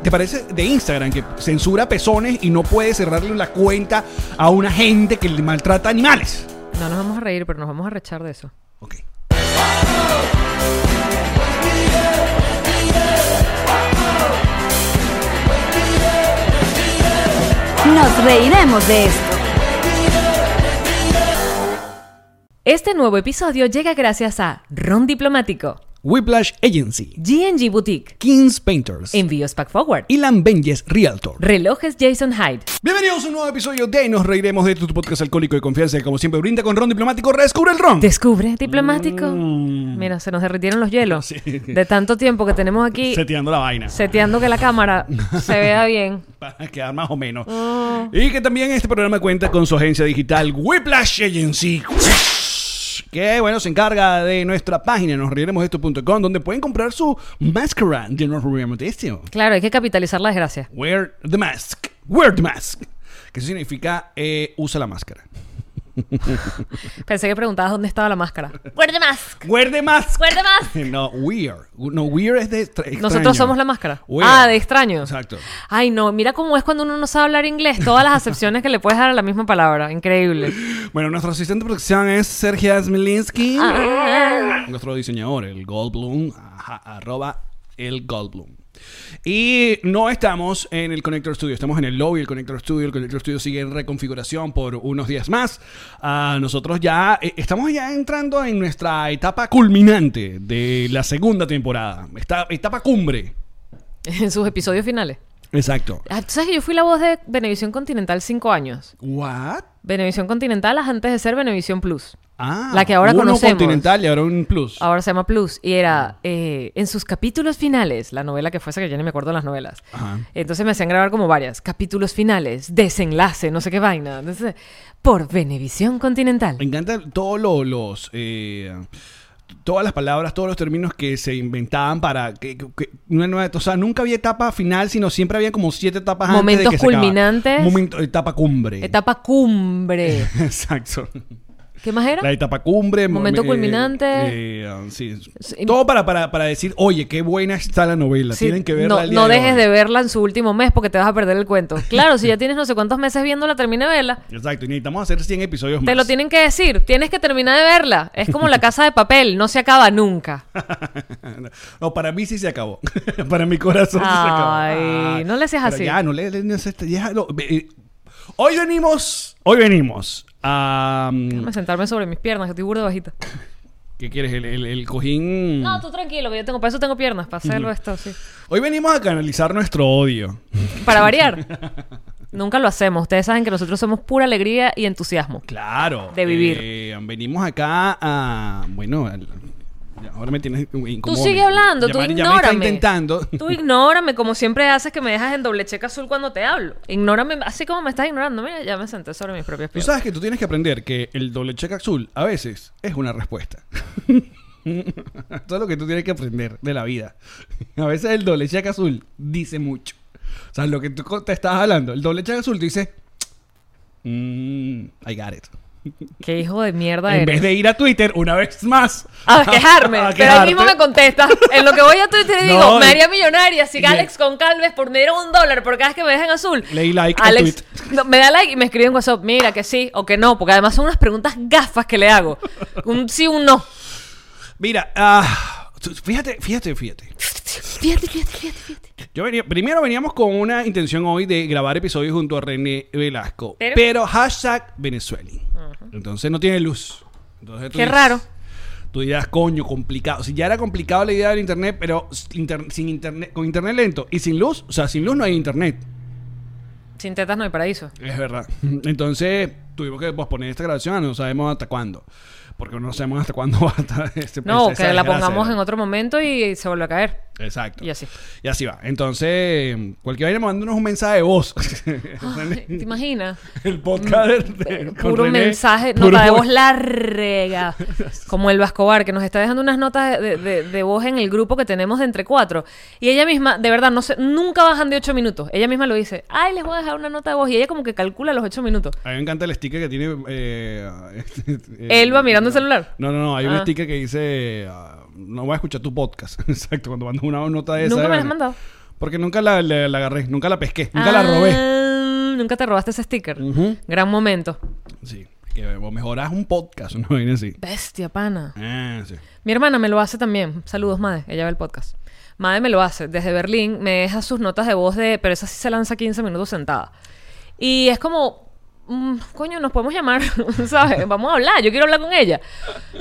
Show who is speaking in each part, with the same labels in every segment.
Speaker 1: ¿Te parece de Instagram que censura pezones y no puede cerrarle la cuenta a una gente que le maltrata animales?
Speaker 2: No nos vamos a reír, pero nos vamos a rechar de eso.
Speaker 1: Ok.
Speaker 3: Nos reiremos de esto.
Speaker 2: Este nuevo episodio llega gracias a Ron Diplomático,
Speaker 1: Whiplash Agency,
Speaker 2: GNG Boutique,
Speaker 1: Kings Painters,
Speaker 2: Envíos Pack Forward,
Speaker 1: Ilan Benjes Realtor.
Speaker 2: Relojes Jason Hyde.
Speaker 1: Bienvenidos a un nuevo episodio de Nos Reiremos de tu podcast alcohólico de confianza que como siempre brinda con ron diplomático. Rescubre el ron. Mm.
Speaker 2: Descubre Diplomático. Mira, se nos derritieron los hielos. De tanto tiempo que tenemos aquí
Speaker 1: Seteando la vaina.
Speaker 2: seteando que la cámara se vea bien.
Speaker 1: Para quedar más o menos.
Speaker 2: Oh.
Speaker 1: Y que también este programa cuenta con su agencia digital Whiplash Agency. Que bueno, se encarga de nuestra página nosreiremosdeesto.com donde pueden comprar su máscara de Nos Reiremos de Esto.
Speaker 2: Claro, hay que capitalizar la desgracia.
Speaker 1: Wear the mask. Wear the mask. Que eso significa eh, usa la máscara.
Speaker 2: Pensé que preguntabas dónde estaba la máscara.
Speaker 1: Wear the mask.
Speaker 2: ¡Recuerde más!
Speaker 1: No, wear. No, wear es de extra- extraño.
Speaker 2: Nosotros somos la máscara.
Speaker 1: Wear.
Speaker 2: Ah, de extraño.
Speaker 1: Exacto.
Speaker 2: Ay, no, mira cómo es cuando uno no sabe hablar inglés. Todas las acepciones que le puedes dar a la misma palabra. Increíble.
Speaker 1: Bueno, nuestro asistente de producción es Sergio Smilinski.
Speaker 2: Ah.
Speaker 1: Nuestro diseñador, el Goldblum, ajá, arroba el Goldblum. Y no estamos en el Connector Studio, estamos en el lobby del Connector Studio. El Connector Studio sigue en reconfiguración por unos días más. Ah, nosotros ya eh, estamos ya entrando en nuestra etapa culminante de la segunda temporada, esta etapa cumbre.
Speaker 2: En sus episodios finales.
Speaker 1: Exacto.
Speaker 2: Ah, ¿Tú sabes que yo fui la voz de Venevisión Continental cinco años?
Speaker 1: ¿What?
Speaker 2: Venevisión Continental antes de ser Venevisión Plus.
Speaker 1: Ah,
Speaker 2: La que ahora
Speaker 1: uno
Speaker 2: conocemos.
Speaker 1: continental y ahora un plus.
Speaker 2: Ahora se llama Plus. Y era eh, en sus capítulos finales, la novela que fuese, que yo ni me acuerdo las novelas.
Speaker 1: Ajá.
Speaker 2: Entonces me hacían grabar como varias. Capítulos finales, desenlace, no sé qué vaina. Entonces, por Venevisión Continental.
Speaker 1: Me encanta todos lo- los. eh, todas las palabras, todos los términos que se inventaban para. Que, que- que una nueva, o sea, nunca había etapa final, sino siempre había como siete etapas antes de
Speaker 2: Momentos
Speaker 1: que se acabara.
Speaker 2: culminantes.
Speaker 1: Momento, etapa cumbre.
Speaker 2: Etapa cumbre.
Speaker 1: Exacto.
Speaker 2: ¿Qué más era?
Speaker 1: La etapa cumbre. mom-
Speaker 2: Momento
Speaker 1: eh,
Speaker 2: culminante.
Speaker 1: eh, ah, sí.
Speaker 2: Sí.
Speaker 1: Todo para, para, para decir, oye, qué buena está la novela.
Speaker 2: Sí,
Speaker 1: Tienen que verla.
Speaker 2: No,
Speaker 1: el día
Speaker 2: no
Speaker 1: de
Speaker 2: dejes
Speaker 1: hoy.
Speaker 2: de verla en su último mes porque te vas a perder el cuento. Claro, si ya tienes no sé cuántos meses viéndola, termina de verla.
Speaker 1: Exacto, y necesitamos hacer 100 episodios
Speaker 2: Te
Speaker 1: más.
Speaker 2: lo tienen que decir, tienes que terminar de verla. Es como la casa de papel, no se acaba nunca.
Speaker 1: no, para mí sí se acabó. para mi corazón sí se acabó. Ah,
Speaker 2: Ay, no le seas
Speaker 1: Pero
Speaker 2: así.
Speaker 1: Ya, no le, le- no se- ya, no, ve- eh, Hoy venimos. Hoy venimos. a, mm,
Speaker 2: Déjame sentarme sobre mis piernas, que estoy burda bajita.
Speaker 1: ¿Qué quieres? El, el- el cojín.
Speaker 2: No, tú tranquilo, que yo tengo, para eso tengo piernas, para hacerlo esto, sí.
Speaker 1: Hoy venimos a canalizar nuestro odio.
Speaker 2: Para variar. Nunca lo hacemos. Ustedes saben que nosotros somos pura alegría y entusiasmo.
Speaker 1: Claro.
Speaker 2: De vivir.
Speaker 1: eh, venimos acá a. Bueno, al- ya, ahora me tienes
Speaker 2: Tú
Speaker 1: incómodo.
Speaker 2: sigue hablando,
Speaker 1: Ya
Speaker 2: tú
Speaker 1: me- ya me está
Speaker 2: ignórame.
Speaker 1: intentando.
Speaker 2: Tú ignórame, como siempre haces que me dejas en doble cheque azul cuando te hablo. Ignórame, así como me estás ignorando. Mira, ya me senté sobre mis propias
Speaker 1: Tú
Speaker 2: piernas.
Speaker 1: sabes que tú tienes que aprender que el doble cheque azul a veces es una respuesta. Todo lo que tú tienes que aprender de la vida. A veces el doble cheque azul dice mucho. O sea, lo que tú co- te estás hablando, el doble cheque azul dice, "Mm, I got it.
Speaker 2: Qué hijo de mierda
Speaker 1: En
Speaker 2: eres.
Speaker 1: vez de ir a Twitter una vez más
Speaker 2: A quejarme,
Speaker 1: a
Speaker 2: pero ahí
Speaker 1: quejarte.
Speaker 2: mismo me contesta. En lo que voy a Twitter y digo,
Speaker 1: No,
Speaker 2: me haría
Speaker 1: y-
Speaker 2: millonaria si
Speaker 1: y-
Speaker 2: Alex con Calves por me diera un dólar por cada vez que me dejan azul.
Speaker 1: Leí like a
Speaker 2: Alex, no, me da like y me escribe en WhatsApp, mira que sí o que no, porque además son unas preguntas gafas que le hago. Un sí, un no.
Speaker 1: Mira, ah, tú- fíjate, fíjate, fíjate. Fíjate, fíjate, fíjate, fíjate. Yo venía, primero veníamos con una intención hoy de grabar episodios junto a René Velasco. Pero,
Speaker 2: Pero-
Speaker 1: hashtag Venezuela. Entonces no tiene luz. Entonces tú
Speaker 2: Qué
Speaker 1: dices-
Speaker 2: raro.
Speaker 1: Tú dirás, coño, complicado. Si ya era complicado la idea del internet, pero s- inter- sin internet, con internet lento y sin luz, o sea, sin luz no hay internet.
Speaker 2: Sin tetas no hay paraíso.
Speaker 1: Es verdad. Entonces tuvimos que posponer esta grabación, no sabemos hasta cuándo. Porque no sabemos hasta cuándo va a estar este
Speaker 2: No,
Speaker 1: esa
Speaker 2: que la
Speaker 1: desgracia.
Speaker 2: pongamos en otro momento y se vuelve a caer.
Speaker 1: Exacto.
Speaker 2: Y así.
Speaker 1: Y así va. Entonces, cualquier vaina mandándonos un mensaje de voz.
Speaker 2: Ay,
Speaker 1: Mm.
Speaker 2: ¿Te imaginas?
Speaker 1: El podcast de- eh, con
Speaker 2: Mm, Puro
Speaker 1: René,
Speaker 2: mensaje,
Speaker 1: puro
Speaker 2: nota de
Speaker 1: po-
Speaker 2: voz larga. Como el Vascobar, que nos está dejando unas notas de, de- de voz en el grupo que tenemos de entre cuatro. Y ella misma, de verdad, no sé, nunca bajan de ocho minutos. Ella misma lo dice, ay, les voy a dejar una nota de voz. Y ella como que calcula los ocho minutos.
Speaker 1: A mí me encanta el sticker que tiene. Eh, este, eh,
Speaker 2: Elba mirando el
Speaker 1: no.
Speaker 2: celular.
Speaker 1: No, no, no. Hay
Speaker 2: Ah.
Speaker 1: un sticker que dice. ah, no voy a escuchar tu podcast. Exacto. Cuando mando una nota de esa.
Speaker 2: Nunca me la has
Speaker 1: vale.
Speaker 2: mandado.
Speaker 1: Porque nunca la, la- la agarré. Nunca la pesqué. Nunca la robé.
Speaker 2: Ah, Nunca te robaste ese sticker.
Speaker 1: Ujú.
Speaker 2: Gran momento.
Speaker 1: Sí. Que vos mejorás un podcast. No viene así.
Speaker 2: Bestia, pana.
Speaker 1: Ah, sí.
Speaker 2: Mi hermana me lo hace también. Saludos, Made. Ella ve el podcast. Made me lo hace. Desde Berlín me deja sus notas de voz de... Pero esa sí se lanza 15 minutos sentada. Y es como... mm, coño, nos podemos llamar, ¿sabes? Vamos a hablar. Yo quiero hablar con ella.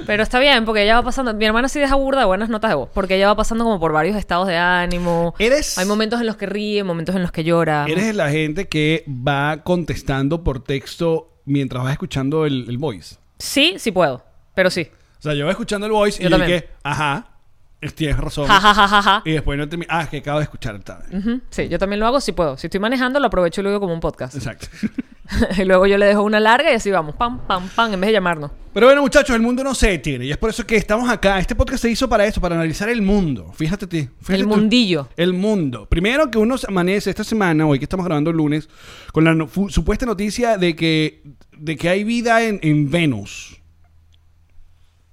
Speaker 2: Pero está bien, porque ella va pasando... Mi hermana sí deja burda de buenas notas de voz. Porque ella va pasando como por varios estados de ánimo.
Speaker 1: Eres-
Speaker 2: Hay momentos en los que ríe, momentos en los que llora.
Speaker 1: Eres de la gente que va contestando por texto mientras vas escuchando el, el voice.
Speaker 2: Sí, sí puedo. Pero sí.
Speaker 1: O sea, yo voy escuchando el voice
Speaker 2: Yo
Speaker 1: y yo
Speaker 2: también.
Speaker 1: dije, ajá, tienes razón.
Speaker 2: Ja, ja, ja, ja, ja. Mm.
Speaker 1: Y después no termina. Ah, es que acabo de escuchar tal.
Speaker 2: Ujú. Sí, yo también lo hago si puedo. Si estoy manejando, lo aprovecho y lo digo como un podcast.
Speaker 1: Exacto.
Speaker 2: y luego yo le dejo una larga y así vamos, pam, pam, pam, en vez de llamarnos.
Speaker 1: Pero bueno, muchachos, el mundo no se detiene. Y es por eso que estamos acá. Este podcast se hizo para eso, para analizar el mundo. Fíjate, ti- fíjate
Speaker 2: El
Speaker 1: tú.
Speaker 2: mundillo.
Speaker 1: El mundo. Primero que uno se amanece esta semana, hoy que estamos grabando el lunes, con la no- fu- supuesta noticia de que, de que hay vida en, en Venus.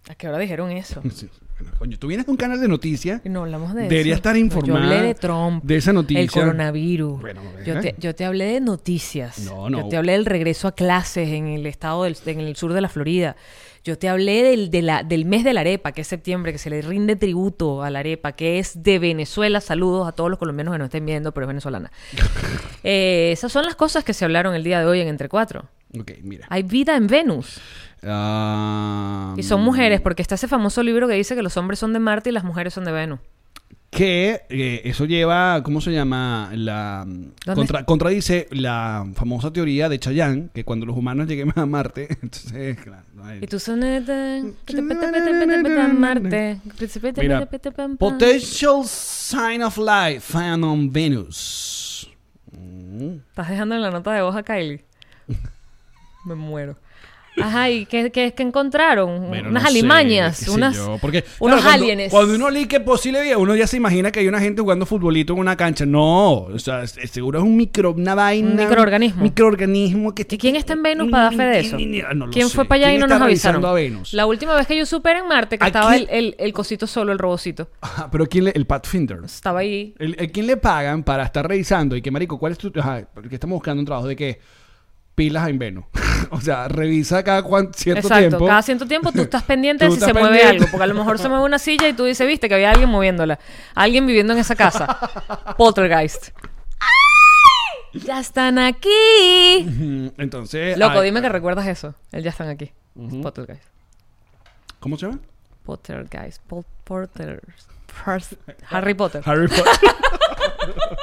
Speaker 2: ¿A qué hora dijeron eso?
Speaker 1: Sí. Bueno, coño, tú vienes de un canal de noticias.
Speaker 2: No hablamos de eso.
Speaker 1: Debería estar informada
Speaker 2: Yo hablé de Trump.
Speaker 1: de esa noticia.
Speaker 2: El coronavirus.
Speaker 1: Bueno, ¿eh?
Speaker 2: yo, te, yo te hablé de noticias.
Speaker 1: No, no.
Speaker 2: Yo te hablé del regreso a clases en el estado del, en el sur de la Florida. Yo te hablé del, de la- del mes de la arepa, que es septiembre, que se le rinde tributo a la arepa, que es de Venezuela. Saludos a todos los colombianos que nos estén viendo, pero es venezolana. Eh, esas son las cosas que se hablaron el día de hoy en Entre Cuatro.
Speaker 1: Ok, mira.
Speaker 2: Hay vida en Venus.
Speaker 1: Ah,
Speaker 2: Y son mujeres, porque está ese famoso libro que dice que los hombres son de Marte y las mujeres son de Venus.
Speaker 1: que eh, eso lleva, ¿cómo se llama? La contra- contradice la famosa teoría de Chayanne que cuando los humanos lleguemos a Marte, entonces claro, no hay-
Speaker 2: Y tú sonete. Marte.
Speaker 1: Mira, potential sign of life found on Venus. Mm.
Speaker 2: Estás dejando en la nota de voz a Kylie. Me muero. Ajá, ¿y qué, qué, qué encontraron?
Speaker 1: Bueno,
Speaker 2: unas
Speaker 1: no sé,
Speaker 2: alimañas,
Speaker 1: qué sé
Speaker 2: unas,
Speaker 1: yo, porque,
Speaker 2: unos
Speaker 1: claro, cuando-
Speaker 2: aliens.
Speaker 1: Cuando uno lee que es posible vida, uno ya se imagina que hay una gente jugando futbolito en una cancha. No, o sea, es- es seguro es un micro, una vaina.
Speaker 2: microorganismo.
Speaker 1: Microorganismo que
Speaker 2: ¿Y quién está en Venus para dar fe de eso?
Speaker 1: No lo
Speaker 2: ¿Quién
Speaker 1: sé.
Speaker 2: fue para allá y
Speaker 1: ¿Quién
Speaker 2: no
Speaker 1: está
Speaker 2: nos avisaron?
Speaker 1: revisando a Venus?
Speaker 2: La última vez que yo supe era en Marte, que
Speaker 1: ¿A
Speaker 2: estaba el,
Speaker 1: quién?
Speaker 2: el, el cosito solo, el robocito.
Speaker 1: Ajá, Ah, pero ¿quién le, el Pathfinder?
Speaker 2: Estaba ahí.
Speaker 1: El, el- ¿Quién le pagan para estar revisando? Y que, marico, ¿cuál es tu...? Ajá, porque estamos buscando un trabajo de que pilas en Venus. o sea, revisa cada cuan- cierto
Speaker 2: Exacto,
Speaker 1: tiempo.
Speaker 2: cada cierto tiempo tú estás pendiente de
Speaker 1: Tú
Speaker 2: si se
Speaker 1: estás
Speaker 2: mueve
Speaker 1: pendiente.
Speaker 2: algo, porque a lo mejor se mueve una silla y tú dices, viste, que había alguien moviéndola, alguien viviendo en esa casa. Poltergeist. ¡Ay! ¡Ya están aquí!
Speaker 1: Ujú, Entonces...
Speaker 2: Loco,
Speaker 1: Eh, ay,
Speaker 2: dime que
Speaker 1: ay,
Speaker 2: recuerdas eso. El ya están aquí. Poltergeist.
Speaker 1: ¿Cómo se llama?
Speaker 2: Poltergeist. Pol- Porter. Pers- Harry Potter.
Speaker 1: Harry Potter.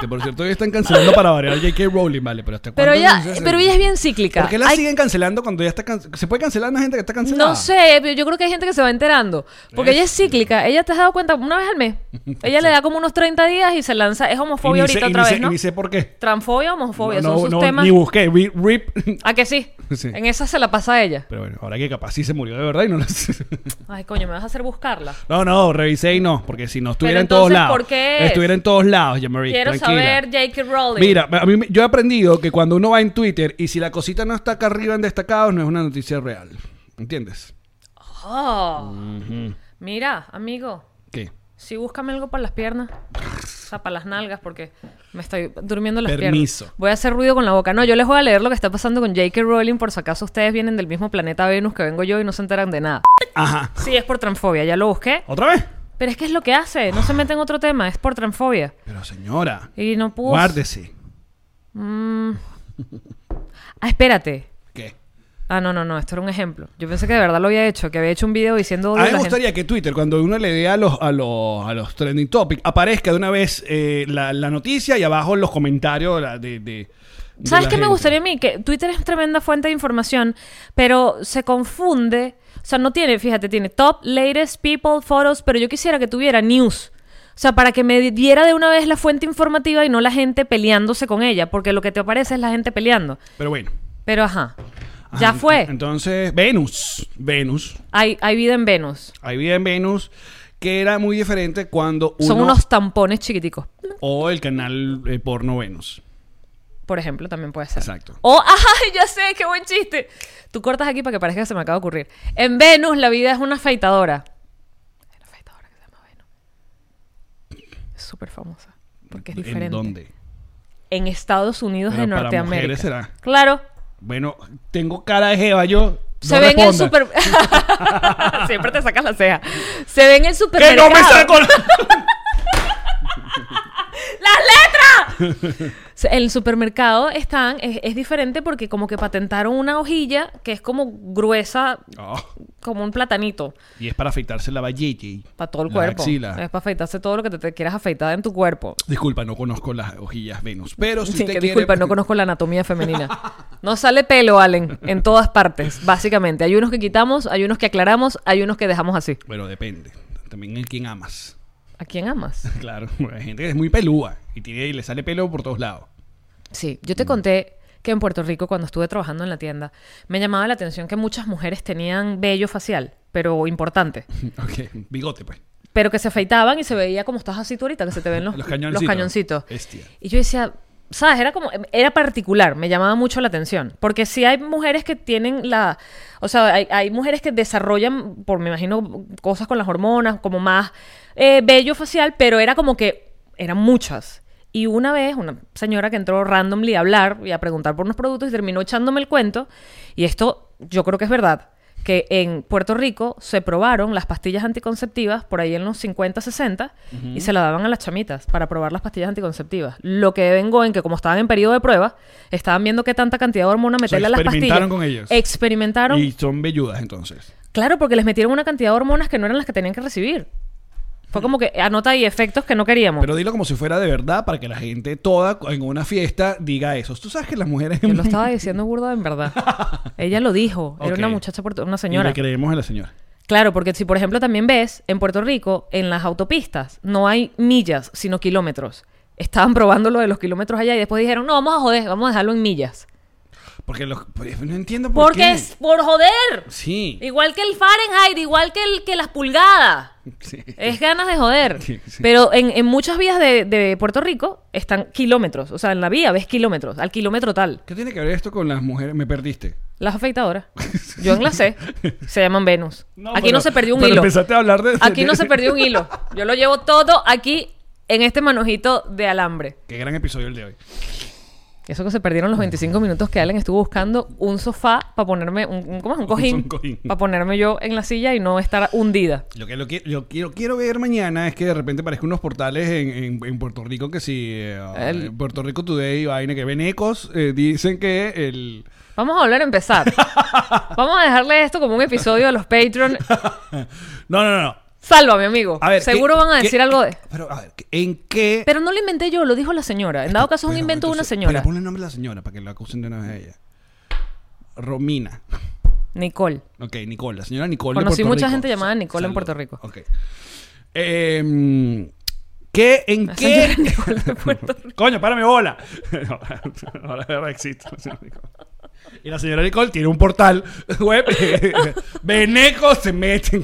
Speaker 1: que por cierto, hoy están cancelando para variar J.K. Rowling, vale, pero este hasta
Speaker 2: Pero
Speaker 1: cuándo
Speaker 2: ella,
Speaker 1: se hace?
Speaker 2: pero ella es bien cíclica.
Speaker 1: eh. ¿Por qué la
Speaker 2: Hay-
Speaker 1: siguen cancelando cuando ya está cancelada? ¿Se puede cancelar una gente que está cancelada?
Speaker 2: No sé, pero yo creo que hay gente que se va enterando. Porque ella es cíclica. Ella te has dado cuenta una vez al mes. Ella le da como unos 30 días y se lanza. Es
Speaker 1: Y ni
Speaker 2: homofobia
Speaker 1: sé-
Speaker 2: ahorita
Speaker 1: y ni
Speaker 2: otra
Speaker 1: sé-
Speaker 2: vez,
Speaker 1: y
Speaker 2: ¿no?
Speaker 1: ni sé por qué.
Speaker 2: Transfobia, homofobia.
Speaker 1: no,
Speaker 2: son sus
Speaker 1: no,
Speaker 2: temas.
Speaker 1: Ni busqué. Ri- Rip.
Speaker 2: ¿A que sí?
Speaker 1: Sí.
Speaker 2: En esa se la pasa a ella.
Speaker 1: Pero bueno, ahora que capaz sí se murió de verdad y no lo sé.
Speaker 2: Ay, coño, me vas a hacer buscarla.
Speaker 1: No, no, revisé y no, porque si no estuviera en todos
Speaker 2: entonces,
Speaker 1: lados.
Speaker 2: ¿por qué es?
Speaker 1: Estuviera en todos lados, Jean-Marie.
Speaker 2: Quiero
Speaker 1: tranquila.
Speaker 2: saber J.K. Rowling.
Speaker 1: Mira, a mí me- yo he aprendido que cuando uno va en Twitter y si la cosita no está acá arriba en destacados, no es una noticia real. ¿Entiendes?
Speaker 2: Oh. Mira, amigo.
Speaker 1: ¿Qué?
Speaker 2: Sí, búscame algo para las piernas. O sea, para las nalgas, porque me estoy durmiendo las
Speaker 1: Permiso.
Speaker 2: piernas. Voy a hacer ruido con la boca. No, yo les voy a leer lo que está pasando con J.K. Rowling, por si acaso ustedes vienen del mismo planeta Venus que vengo yo y no se enteran de nada.
Speaker 1: Ajá.
Speaker 2: Sí, es por transfobia, ya lo busqué.
Speaker 1: ¿Otra vez?
Speaker 2: Pero es que es lo que hace, no se mete en otro tema, es por transfobia.
Speaker 1: Pero señora,
Speaker 2: Y no pudo.
Speaker 1: guárdese.
Speaker 2: Ah, espérate.
Speaker 1: ¿Qué?
Speaker 2: Ah, no, no, no, esto era un ejemplo. Yo pensé que de verdad lo había hecho, que había hecho un video diciendo.
Speaker 1: A
Speaker 2: odio
Speaker 1: mí me
Speaker 2: la gente.
Speaker 1: gustaría que Twitter, cuando uno le dé a los, a los, a los trending topics, aparezca de una vez eh, la, la noticia y abajo los comentarios la- de, de, de
Speaker 2: ¿Sabes
Speaker 1: la
Speaker 2: qué me
Speaker 1: gente.
Speaker 2: gustaría a mí? Que Twitter es tremenda fuente de información, pero se confunde. O sea, no tiene, fíjate, tiene top, latest, people, photos, pero yo quisiera que tuviera news. O sea, para que me diera de una vez la fuente informativa y no la gente peleándose con ella, porque lo que te aparece es la gente peleando.
Speaker 1: Pero bueno.
Speaker 2: Pero ajá,
Speaker 1: Ajá,
Speaker 2: ya
Speaker 1: ent-
Speaker 2: fue.
Speaker 1: Entonces, Venus. Venus.
Speaker 2: Hay, hay vida en Venus.
Speaker 1: Hay vida en Venus que era muy diferente cuando uno...
Speaker 2: Son unos tampones chiquiticos,
Speaker 1: O el canal eh, porno Venus.
Speaker 2: por ejemplo, también puede ser.
Speaker 1: Exacto.
Speaker 2: O, ¡ay, Oh, ya sé! ¡Qué buen chiste! Tú cortas aquí para que parezca que se me acaba de ocurrir. En Venus la vida es una afeitadora. Hay una afeitadora que se llama Venus. Es súper famosa. Porque es diferente.
Speaker 1: ¿En dónde?
Speaker 2: En Estados Unidos de
Speaker 1: Pero para
Speaker 2: Norteamérica.
Speaker 1: mujeres será.
Speaker 2: Claro.
Speaker 1: Bueno, tengo cara de jeva yo.
Speaker 2: Se
Speaker 1: no
Speaker 2: ve en el
Speaker 1: responda.
Speaker 2: super... Siempre te sacas la ceja. Se ve en el
Speaker 1: ¡Que
Speaker 2: supermercado.
Speaker 1: no me saco! la-
Speaker 2: ¡Las letras! Se- en el supermercado están... Es, es diferente porque como que patentaron una hojilla que es como gruesa,
Speaker 1: Oh,
Speaker 2: como un platanito.
Speaker 1: y es para afeitarse la vallita.
Speaker 2: Para todo el
Speaker 1: La
Speaker 2: cuerpo.
Speaker 1: axila.
Speaker 2: Es para afeitarse todo lo que te, te quieras afeitar en tu cuerpo.
Speaker 1: Disculpa, no conozco las hojillas Venus. Pero si
Speaker 2: Sí,
Speaker 1: usted
Speaker 2: que
Speaker 1: quiere- pues.
Speaker 2: disculpa, no conozco la anatomía femenina. No sale pelo, Allen, en todas partes, básicamente. Hay unos que quitamos, hay unos que aclaramos, hay unos que dejamos así.
Speaker 1: Bueno, depende. También el quien amas.
Speaker 2: ¿A quién amas?
Speaker 1: Claro, hay gente que es muy pelúa y, tiene, y le sale pelo por todos lados.
Speaker 2: Sí, yo
Speaker 1: Mm.
Speaker 2: te conté que en Puerto Rico, cuando estuve trabajando en la tienda, me llamaba la atención que muchas mujeres tenían vello facial, pero importante.
Speaker 1: Ok, bigote, pues.
Speaker 2: Pero que se afeitaban y se veía como estás así tú ahorita, que se te ven los,
Speaker 1: Los cañoncitos.
Speaker 2: los cañoncitos.
Speaker 1: Bestia.
Speaker 2: Y yo decía, ¿sabes? Era como, era particular, me llamaba mucho la atención. Porque sí hay mujeres que tienen la, o sea, hay, hay mujeres que desarrollan, por me imagino, cosas con las hormonas, como más eh, vello facial, pero era como que eran muchas. Y una vez, una señora que entró randomly a hablar y a preguntar por unos productos y terminó echándome el cuento, y esto yo creo que es verdad, que en Puerto Rico se probaron las pastillas anticonceptivas por ahí en los 50, 60 y se la daban a las chamitas para probar las pastillas anticonceptivas. Lo que vengó en que como estaban en periodo de prueba, estaban viendo qué tanta cantidad de hormona meterle a las pastillas.
Speaker 1: experimentaron con ellos.
Speaker 2: Experimentaron.
Speaker 1: Y son velludas, entonces.
Speaker 2: Claro, porque les metieron una cantidad de hormonas que no eran las que tenían que recibir. Fue como que anota ahí efectos que no queríamos.
Speaker 1: Pero dilo como si fuera de verdad para que la gente toda en una fiesta diga eso. Tú sabes que las mujeres...
Speaker 2: Yo lo estaba diciendo burda en verdad. Ella lo dijo. Era
Speaker 1: Ok.
Speaker 2: una muchacha, puerto- una
Speaker 1: Y
Speaker 2: señora.
Speaker 1: le creemos a la señora.
Speaker 2: Claro, porque si por ejemplo también ves, en Puerto Rico, en las autopistas, no hay millas, sino kilómetros. Estaban probando lo de los kilómetros allá y después dijeron, no, vamos a joder, vamos a dejarlo en millas.
Speaker 1: Porque los... pues, no entiendo por
Speaker 2: Porque
Speaker 1: qué.
Speaker 2: es por joder.
Speaker 1: Sí.
Speaker 2: Igual que el Fahrenheit, igual que, el, que las pulgadas.
Speaker 1: Sí.
Speaker 2: Es ganas de joder.
Speaker 1: Sí, sí.
Speaker 2: Pero en, en muchas vías de, de Puerto Rico están kilómetros. O sea, en la vía ves kilómetros, al kilómetro tal.
Speaker 1: ¿Qué tiene que ver esto con las mujeres? Me perdiste.
Speaker 2: Las afeitadoras. Yo enlacé. Se llaman Venus.
Speaker 1: No,
Speaker 2: aquí
Speaker 1: pero-
Speaker 2: no se perdió un
Speaker 1: pero
Speaker 2: hilo.
Speaker 1: empezaste a hablar de-
Speaker 2: Aquí no se perdió un hilo. Yo lo llevo todo aquí en este manojito de alambre.
Speaker 1: Qué gran episodio el de hoy.
Speaker 2: Eso que se perdieron los 25 minutos que Allen estuvo buscando un sofá para ponerme, un, un- ¿cómo es? Un cojín.
Speaker 1: Un cojín.
Speaker 2: Para ponerme yo en la silla y no estar hundida.
Speaker 1: Lo que lo, qui- lo quiero, quiero ver mañana es que de repente aparezcan unos portales en, en- en Puerto Rico que si eh,
Speaker 2: El-
Speaker 1: en Puerto Rico Today vaina que ven ecos eh, dicen que el
Speaker 2: Vamos a volver a empezar. Vamos a dejarle esto como un episodio a los Patreon.
Speaker 1: no no no, no.
Speaker 2: Sálvame, amigo.
Speaker 1: a ver
Speaker 2: Seguro
Speaker 1: ¿qué-
Speaker 2: van a
Speaker 1: qué-
Speaker 2: decir algo de...
Speaker 1: pero a ver en qué
Speaker 2: Pero no lo inventé yo, lo dijo la señora. En dado caso es un
Speaker 1: Pero,
Speaker 2: invento de una
Speaker 1: entonces-
Speaker 2: señora.
Speaker 1: pero ponle el nombre a la señora para que la acusen de una vez a ella Romina
Speaker 2: Nicole.
Speaker 1: Ok, Nicole la señora Nicole de
Speaker 2: Conocí
Speaker 1: Puerto
Speaker 2: mucha
Speaker 1: Rico.
Speaker 2: gente llamada
Speaker 1: Sa-
Speaker 2: Nicole en
Speaker 1: saludos.
Speaker 2: Puerto Rico.
Speaker 1: Ok. Em, ¿Qué? ¿En
Speaker 2: La
Speaker 1: qué?
Speaker 2: señora Nicole de Puerto Rico.
Speaker 1: Coño, párame bola. No, Ahora ahora existe la señora Nicole. Y la señora Nicole tiene un portal web. Veneco se meten.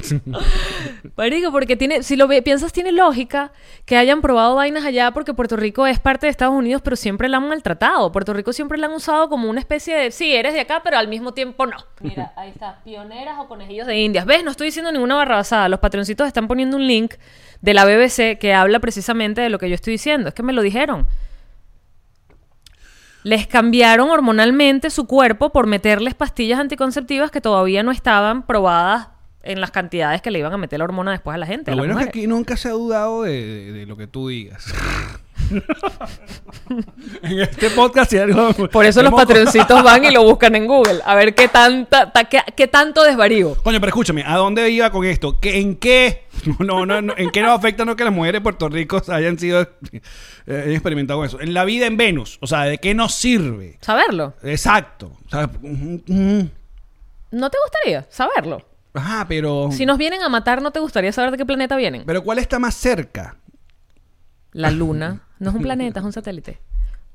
Speaker 2: Marico, porque tiene, si lo ve- piensas, tiene lógica que hayan probado vainas allá porque Puerto Rico es parte de Estados Unidos, pero siempre la han maltratado. Puerto Rico siempre la han usado como una especie de, sí, eres de acá, pero al mismo tiempo no. Mira, ahí está, pioneras o conejillos de indias. ¿Ves? No estoy diciendo ninguna barrabasada. Los patroncitos están poniendo un link de la BBC que habla precisamente de lo que yo estoy diciendo. Es que me lo dijeron. Les cambiaron hormonalmente su cuerpo por meterles pastillas anticonceptivas que todavía no estaban probadas en las cantidades que le iban a meter la hormona después a la gente. a
Speaker 1: Lo
Speaker 2: las
Speaker 1: bueno es que
Speaker 2: mujeres.
Speaker 1: aquí nunca se ha dudado de, de- de lo que tú digas. en este podcast, si algo.
Speaker 2: Por eso los
Speaker 1: hemos-
Speaker 2: patroncitos van y lo buscan en Google. A ver qué, tanta, ta- qué, qué tanto desvarío.
Speaker 1: Coño, pero escúchame, ¿a dónde iba con esto? ¿Qué, ¿En qué? No, no, no, ¿En qué nos afecta no que las mujeres de Puerto Rico hayan sido eh, hayan experimentado eso? En la vida en Venus, o sea, ¿de qué nos sirve?
Speaker 2: ¿Saberlo?
Speaker 1: Exacto. O sea, ujú, ujú.
Speaker 2: ¿No te gustaría saberlo?
Speaker 1: ajá, pero
Speaker 2: Si nos vienen a matar, ¿no te gustaría saber de qué planeta vienen?
Speaker 1: pero ¿cuál está más cerca?
Speaker 2: La Luna. No es un planeta, es un satélite.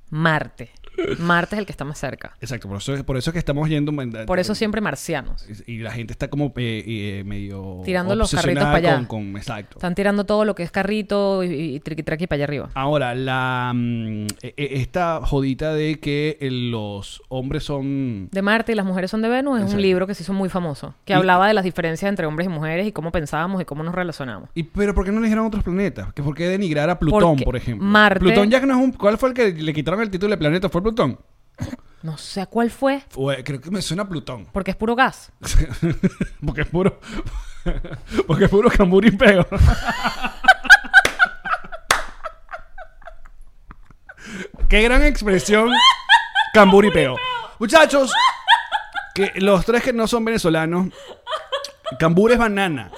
Speaker 2: Marte. Marte es el que está más cerca.
Speaker 1: Exacto, por eso, por eso es que estamos yendo
Speaker 2: Por eso siempre marcianos.
Speaker 1: y la gente está como eh, eh, medio
Speaker 2: Tirando los carritos
Speaker 1: obsesionada
Speaker 2: para allá.
Speaker 1: Con, con- exacto.
Speaker 2: Están tirando todo lo que es carrito y, y triqui-traqui para allá arriba.
Speaker 1: Ahora, la mm, e- e- esta jodita de que eh, los hombres son
Speaker 2: De Marte y las mujeres son de Venus es
Speaker 1: Exacto.
Speaker 2: un libro que se hizo muy famoso, que
Speaker 1: Y-
Speaker 2: hablaba de las diferencias entre hombres y mujeres y cómo pensábamos y cómo nos relacionamos.
Speaker 1: ¿Y pero por qué no le dijeron otros planetas? ¿Que ¿Por qué denigrar a Plutón,
Speaker 2: Porque
Speaker 1: por ejemplo?
Speaker 2: Marte-
Speaker 1: Plutón ya que no es un... ¿Cuál fue el que le quitaron el título de planeta? ¿Fue Plutón?
Speaker 2: No sé a cuál fue,
Speaker 1: Fue- creo que me suena a Plutón.
Speaker 2: porque es puro gas.
Speaker 1: porque es puro... porque es puro cambur y peo. qué gran expresión cambur y peo. Muchachos, que los tres que no son venezolanos, cambur es banana.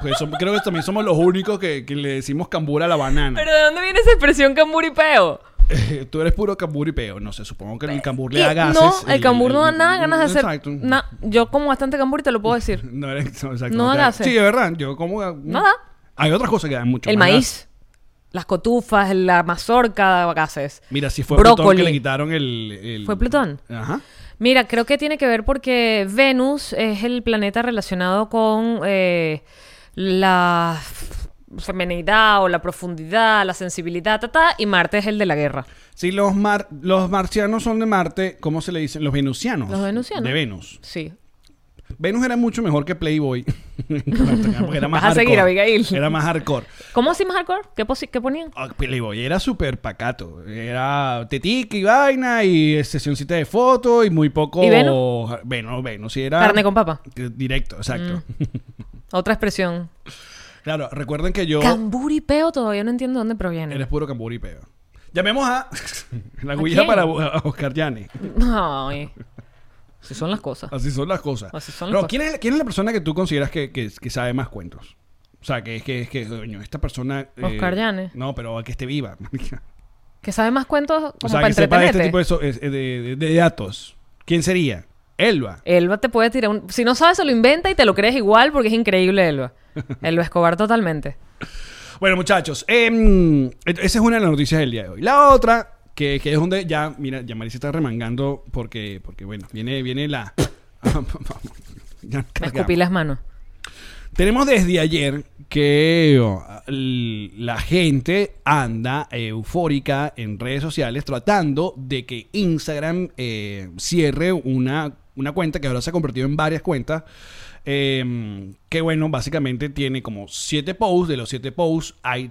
Speaker 1: Porque son- creo que también somos los únicos que, que le decimos cambur a la banana.
Speaker 2: ¿Pero de dónde viene esa expresión camburipeo?
Speaker 1: Eh, Tú eres puro cambur y peo. No sé, supongo que el cambur le da gases.
Speaker 2: No, el cambur no da
Speaker 1: el-
Speaker 2: nada ganas de hacer.
Speaker 1: Exacto.
Speaker 2: na- yo como bastante cambur y te lo puedo decir.
Speaker 1: No, eres- no, exacto,
Speaker 2: No da
Speaker 1: te da-
Speaker 2: gases.
Speaker 1: Sí, es verdad. Yo como. ah, mm.
Speaker 2: No da.
Speaker 1: Hay otras cosas que dan mucho.
Speaker 2: El
Speaker 1: más
Speaker 2: maíz,
Speaker 1: gas.
Speaker 2: las cotufas, la mazorca, gases.
Speaker 1: Mira, si fue Plutón
Speaker 2: Brócoli.
Speaker 1: que le quitaron el. el-
Speaker 2: ¿Fue Plutón?
Speaker 1: Ajá.
Speaker 2: Mira, creo que tiene que ver porque Venus es el planeta relacionado con eh, la femenidad o la profundidad, la sensibilidad, ta, ta, y Marte es el de la guerra.
Speaker 1: Si los, mar- los marcianos son de Marte, ¿cómo se le dicen? Los venusianos.
Speaker 2: Los venusianos.
Speaker 1: De Venus.
Speaker 2: Sí.
Speaker 1: Venus era mucho mejor que Playboy. Porque era más
Speaker 2: Vas a seguir,
Speaker 1: hardcore.
Speaker 2: Abigail.
Speaker 1: Era más hardcore.
Speaker 2: ¿Cómo así más hardcore? ¿Qué, posi- qué ponían?
Speaker 1: Ah, Playboy era súper pacato. Era tetica y vaina y sesioncita de fotos y muy poco.
Speaker 2: ¿Y
Speaker 1: Venus? Venus, sí era.
Speaker 2: Carne con Mm. papa.
Speaker 1: Directo, exacto.
Speaker 2: Otra expresión.
Speaker 1: Claro, recuerden que yo.
Speaker 2: Camburipeo todavía no entiendo dónde proviene.
Speaker 1: Eres puro cambur y peo. Llamemos a la
Speaker 2: ¿A
Speaker 1: guía
Speaker 2: quién?
Speaker 1: para bu- a Oscar Yane.
Speaker 2: Ay. Si son las cosas.
Speaker 1: Así son las cosas.
Speaker 2: Así son las
Speaker 1: Pero,
Speaker 2: cosas.
Speaker 1: ¿quién, es, quién es la persona que tú consideras que, que- que sabe más cuentos? O sea, que es que, es que coño, esta persona. eh,
Speaker 2: Oscar Yane.
Speaker 1: No, pero que esté viva. marica.
Speaker 2: Que sabe más cuentos como
Speaker 1: O sea,
Speaker 2: para
Speaker 1: que sepa de este tipo
Speaker 2: entretenerte.
Speaker 1: de, so- es- de- de- de datos. ¿Quién sería? Elba.
Speaker 2: Elba te puede tirar un... Si no sabes, se lo inventa y te lo crees igual porque es increíble Elba. Elba Escobar totalmente.
Speaker 1: Bueno, muchachos, em, et- esa es una de las noticias del día de hoy. La otra, que, que es donde ya, mira, ya Marisa está remangando porque, porque bueno, viene, viene la. Ya
Speaker 2: Me
Speaker 1: cargamos.
Speaker 2: escupí las manos.
Speaker 1: Tenemos desde ayer que oh, l- la gente anda eufórica en redes sociales tratando de que Instagram eh, cierre una, una cuenta que ahora se ha convertido en varias cuentas. eh, que bueno, básicamente tiene como siete posts. De los siete posts hay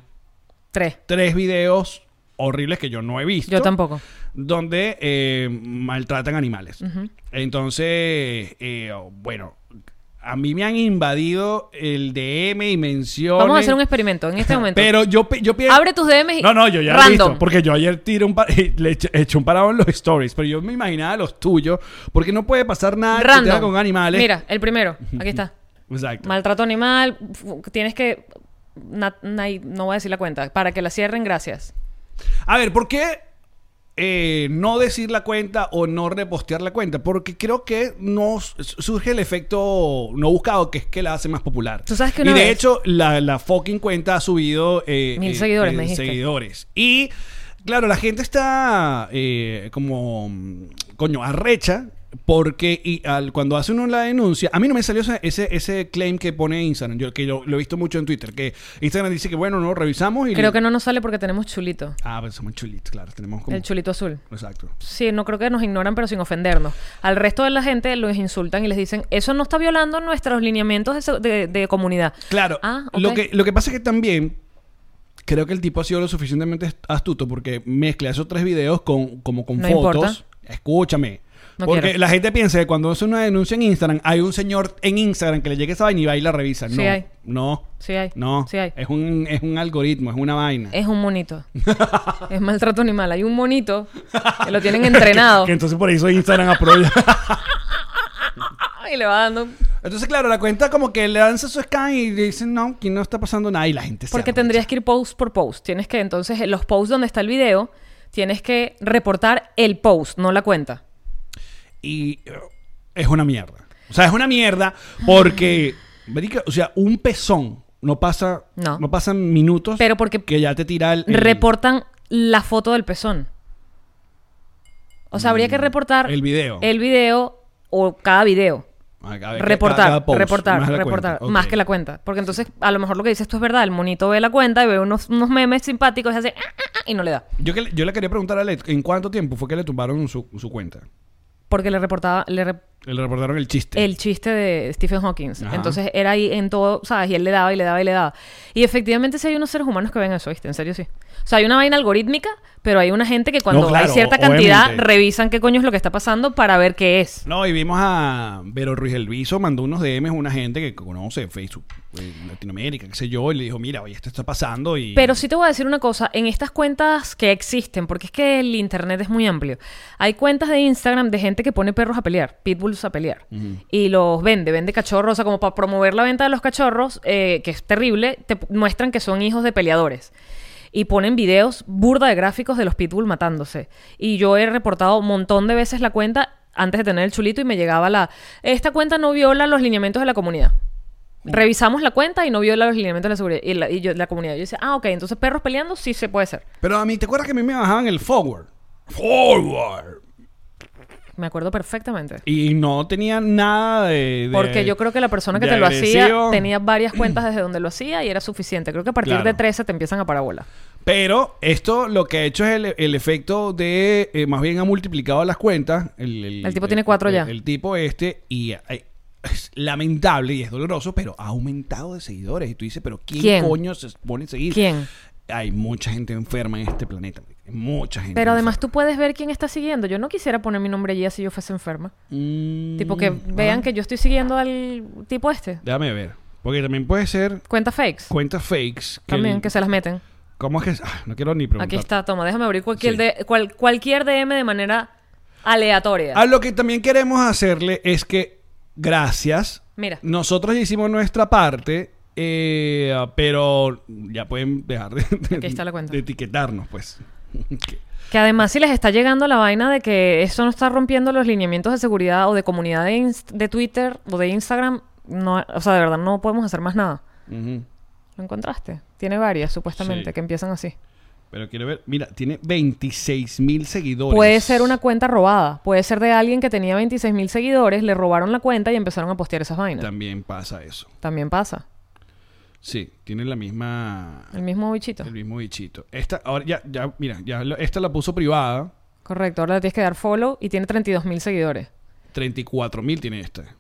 Speaker 2: Tres.
Speaker 1: tres videos horribles que yo no he visto
Speaker 2: Yo tampoco.
Speaker 1: donde eh, maltratan animales. Entonces, eh, bueno, a mí me han invadido el DM y menciones.
Speaker 2: Vamos a hacer un experimento en este momento.
Speaker 1: Pero yo, pi- yo pienso...
Speaker 2: Abre tus DMs y-
Speaker 1: No, no, yo ya he
Speaker 2: Random.
Speaker 1: visto. Porque yo ayer tiré un... pa- Le eché, eché un parado en los stories. Pero yo me imaginaba los tuyos. Porque no puede pasar nada que
Speaker 2: Random.
Speaker 1: tenga con animales.
Speaker 2: Mira, el primero. Aquí está.
Speaker 1: Exacto.
Speaker 2: Maltrato animal. f- Tienes que... na- na- no voy a decir la cuenta. Para que la cierren, gracias.
Speaker 1: A ver, ¿por qué eh, no decir la cuenta o no repostear la cuenta? Porque creo que no s- surge el efecto no buscado, que es que la hace más popular.
Speaker 2: Tú sabes que
Speaker 1: y de
Speaker 2: una vez-
Speaker 1: hecho, la, la fucking cuenta ha subido... eh,
Speaker 2: Mil
Speaker 1: eh,
Speaker 2: seguidores,
Speaker 1: eh,
Speaker 2: me dijiste.
Speaker 1: Seguidores. Y, claro, la gente está eh, como, mm, coño, arrecha. Porque y al- cuando hace uno la denuncia, a mí no me salió ese, ese, ese claim que pone Instagram, yo, que yo lo he visto mucho en Twitter, que Instagram dice que bueno, no, revisamos y...
Speaker 2: Creo que no nos sale porque tenemos chulito.
Speaker 1: Ah, pero somos chulitos, claro, tenemos como...
Speaker 2: El chulito azul.
Speaker 1: Exacto.
Speaker 2: Sí, no creo que nos ignoran, pero sin ofendernos. Al resto de la gente los insultan y les dicen, eso no está violando nuestros lineamientos de, se- de- de comunidad.
Speaker 1: Claro.
Speaker 2: Ah,
Speaker 1: lo,
Speaker 2: ok.
Speaker 1: que, lo que pasa es que también creo que el tipo ha sido lo suficientemente est- astuto porque mezcla esos tres videos con, como con
Speaker 2: No
Speaker 1: fotos. Escúchame.
Speaker 2: No
Speaker 1: porque
Speaker 2: quiero.
Speaker 1: la gente piensa que cuando hace una denuncia en Instagram, hay un señor en Instagram que le llega esa vaina y va y la revisa.
Speaker 2: Sí
Speaker 1: no.
Speaker 2: hay.
Speaker 1: No.
Speaker 2: Sí hay.
Speaker 1: No.
Speaker 2: Sí hay.
Speaker 1: Es un, es un algoritmo, es una vaina.
Speaker 2: Es un monito. es maltrato animal. Hay un monito que lo tienen entrenado
Speaker 1: Que entonces por eso Instagram apoya.
Speaker 2: y le va dando...
Speaker 1: Entonces, claro, la cuenta como que le dan su scan y dicen, no, aquí no está pasando nada y la gente se
Speaker 2: Porque
Speaker 1: arrecha.
Speaker 2: tendrías que ir post por post. Tienes que, entonces, en los posts donde está el video, tienes que reportar el post, no la cuenta.
Speaker 1: Y eh, es una mierda. O sea, es una mierda porque, marica, o sea, un pezón no pasa, no,
Speaker 2: No.
Speaker 1: pasan minutos
Speaker 2: Pero porque
Speaker 1: que ya te tira el... el-
Speaker 2: reportan la foto del pezón. O sea, habría que reportar
Speaker 1: Mm, el video.
Speaker 2: El video o cada video.
Speaker 1: a- a ver, cada-
Speaker 2: Reportar,
Speaker 1: cada post,
Speaker 2: reportar,
Speaker 1: más la
Speaker 2: reportar.
Speaker 1: cuenta.
Speaker 2: Más
Speaker 1: Ok.
Speaker 2: que la cuenta. Porque entonces, a lo mejor lo que dices tú es verdad. El monito ve la cuenta y ve unos, unos memes simpáticos y hace... "Ah, ah, ah", y no le da.
Speaker 1: Yo, que, le- yo le quería preguntar a Alex, ¿en cuánto tiempo fue que le tumbaron su, su cuenta?
Speaker 2: Porque le reportaba... Le re-
Speaker 1: Le reportaron el chiste.
Speaker 2: el chiste de Stephen Hawking.
Speaker 1: Ajá.
Speaker 2: Entonces era ahí en todo, ¿sabes? Y él le daba y le daba y le daba. Y efectivamente sí hay unos seres humanos que ven eso, ¿viste? En serio sí. O sea, hay una vaina algorítmica, pero hay una gente que cuando
Speaker 1: No, claro,
Speaker 2: hay cierta
Speaker 1: o-
Speaker 2: cantidad
Speaker 1: obviamente.
Speaker 2: revisan qué coño es lo que está pasando para ver qué es.
Speaker 1: No, y vimos a Vero Ruiz Elviso, mandó unos DMs a una gente que conoce Facebook, en Latinoamérica, qué sé yo, y le dijo, mira, oye, esto está pasando y...
Speaker 2: Pero sí te voy a decir una cosa, en estas cuentas que existen, porque es que el internet es muy amplio, hay cuentas de Instagram de gente que pone perros a pelear, pitbulls a pelear, y los vende, vende cachorros, o sea, como para promover la venta de los cachorros, eh, que es terrible, te p- muestran que son hijos de peleadores. Y ponen videos burda de gráficos de los pitbull matándose. Y yo he reportado un montón de veces la cuenta antes de tener el chulito y me llegaba la... Esta cuenta no viola los lineamientos de la comunidad. Revisamos la cuenta y no viola los lineamientos de la seguridad y la, y yo- la comunidad. Yo decía, ah, ok, entonces perros peleando sí se puede ser.
Speaker 1: Pero a mí, ¿te acuerdas que a mí me bajaban el forward? Forward.
Speaker 2: Me acuerdo perfectamente.
Speaker 1: Y no tenía nada de... de-
Speaker 2: Porque yo creo que la persona que
Speaker 1: de
Speaker 2: te lo
Speaker 1: agresivo.
Speaker 2: hacía tenía varias cuentas desde donde lo hacía y era suficiente. Creo que a partir
Speaker 1: Claro.
Speaker 2: de 13 te empiezan a parábola.
Speaker 1: Pero esto lo que ha hecho es el, el efecto de... eh, más bien ha multiplicado las cuentas. El,
Speaker 2: El tipo tiene cuatro ya.
Speaker 1: El, el tipo este y... eh, es lamentable y es doloroso, pero ha aumentado de seguidores. Y tú dices, pero ¿quién,
Speaker 2: ¿Quién?
Speaker 1: coño se pone a seguir?
Speaker 2: ¿Quién?
Speaker 1: Hay mucha gente enferma en este planeta. marica. Hay Mucha gente.
Speaker 2: Pero además tú
Speaker 1: enferma.
Speaker 2: puedes ver quién está siguiendo. Yo no quisiera poner mi nombre allí si yo fuese enferma.
Speaker 1: Mm,
Speaker 2: Tipo que
Speaker 1: ah,
Speaker 2: vean que yo estoy siguiendo al tipo este.
Speaker 1: Déjame ver. Porque también puede ser
Speaker 2: Cuentas fakes.
Speaker 1: cuentas fakes. que
Speaker 2: También,
Speaker 1: el-
Speaker 2: que se las meten.
Speaker 1: ¿Cómo es que.? ah, no quiero ni preguntar.
Speaker 2: Aquí está, toma, déjame abrir cualquier,
Speaker 1: Sí.
Speaker 2: de- cual- cualquier DM de manera aleatoria.
Speaker 1: A Ah, lo que también queremos hacerle es que. Gracias.
Speaker 2: Mira.
Speaker 1: Nosotros ya hicimos nuestra parte. eh, pero ya pueden dejar de, de-
Speaker 2: Aquí está la cuenta.
Speaker 1: de etiquetarnos, pues.
Speaker 2: Que además si les está llegando la vaina de que esto no está rompiendo los lineamientos de seguridad o de comunidad de, Inst- de Twitter o de Instagram, no, o sea, de verdad no podemos hacer más nada.
Speaker 1: Ujú.
Speaker 2: ¿Lo encontraste? Tiene varias, supuestamente,
Speaker 1: Sí.
Speaker 2: que empiezan así.
Speaker 1: Pero quiero ver. Mira, tiene 26 mil seguidores.
Speaker 2: Puede ser una cuenta robada. Puede ser de alguien que tenía 26 mil seguidores, le robaron la cuenta y empezaron a postear esas vainas.
Speaker 1: También pasa eso.
Speaker 2: También pasa.
Speaker 1: Sí, tiene la misma.
Speaker 2: El mismo bichito.
Speaker 1: El mismo bichito. Esta, ahora ya, ya, mira, ya lo- esta la puso privada.
Speaker 2: Correcto. Ahora le tienes que dar follow y tiene 32 mil seguidores.
Speaker 1: 34 mil tiene este. esta.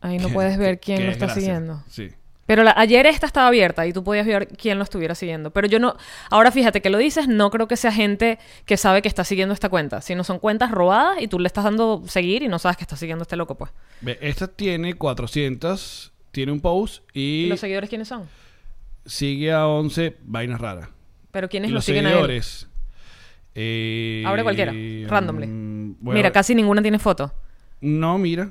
Speaker 2: Ahí no
Speaker 1: Que-
Speaker 2: puedes ver
Speaker 1: que-
Speaker 2: quién
Speaker 1: que
Speaker 2: lo está
Speaker 1: desgracia.
Speaker 2: siguiendo.
Speaker 1: Sí.
Speaker 2: Pero la- ayer esta estaba abierta y tú podías ver quién lo estuviera siguiendo. Pero yo no. Ahora fíjate que lo dices, no creo que sea gente que sabe que está siguiendo esta cuenta, sino son cuentas robadas y tú le estás dando seguir y no sabes que está siguiendo este loco, pues.
Speaker 1: Ve, Esta tiene 400, tiene un post
Speaker 2: ¿Y
Speaker 1: y
Speaker 2: los seguidores quiénes son?
Speaker 1: sigue a 11 vainas raras.
Speaker 2: Pero
Speaker 1: Y
Speaker 2: quiénes lo
Speaker 1: los
Speaker 2: siguen a él?
Speaker 1: seguidores. Eh,
Speaker 2: Abre cualquiera,
Speaker 1: mm,
Speaker 2: randomly.
Speaker 1: bueno,
Speaker 2: Mira, casi ninguna tiene foto.
Speaker 1: No, mira.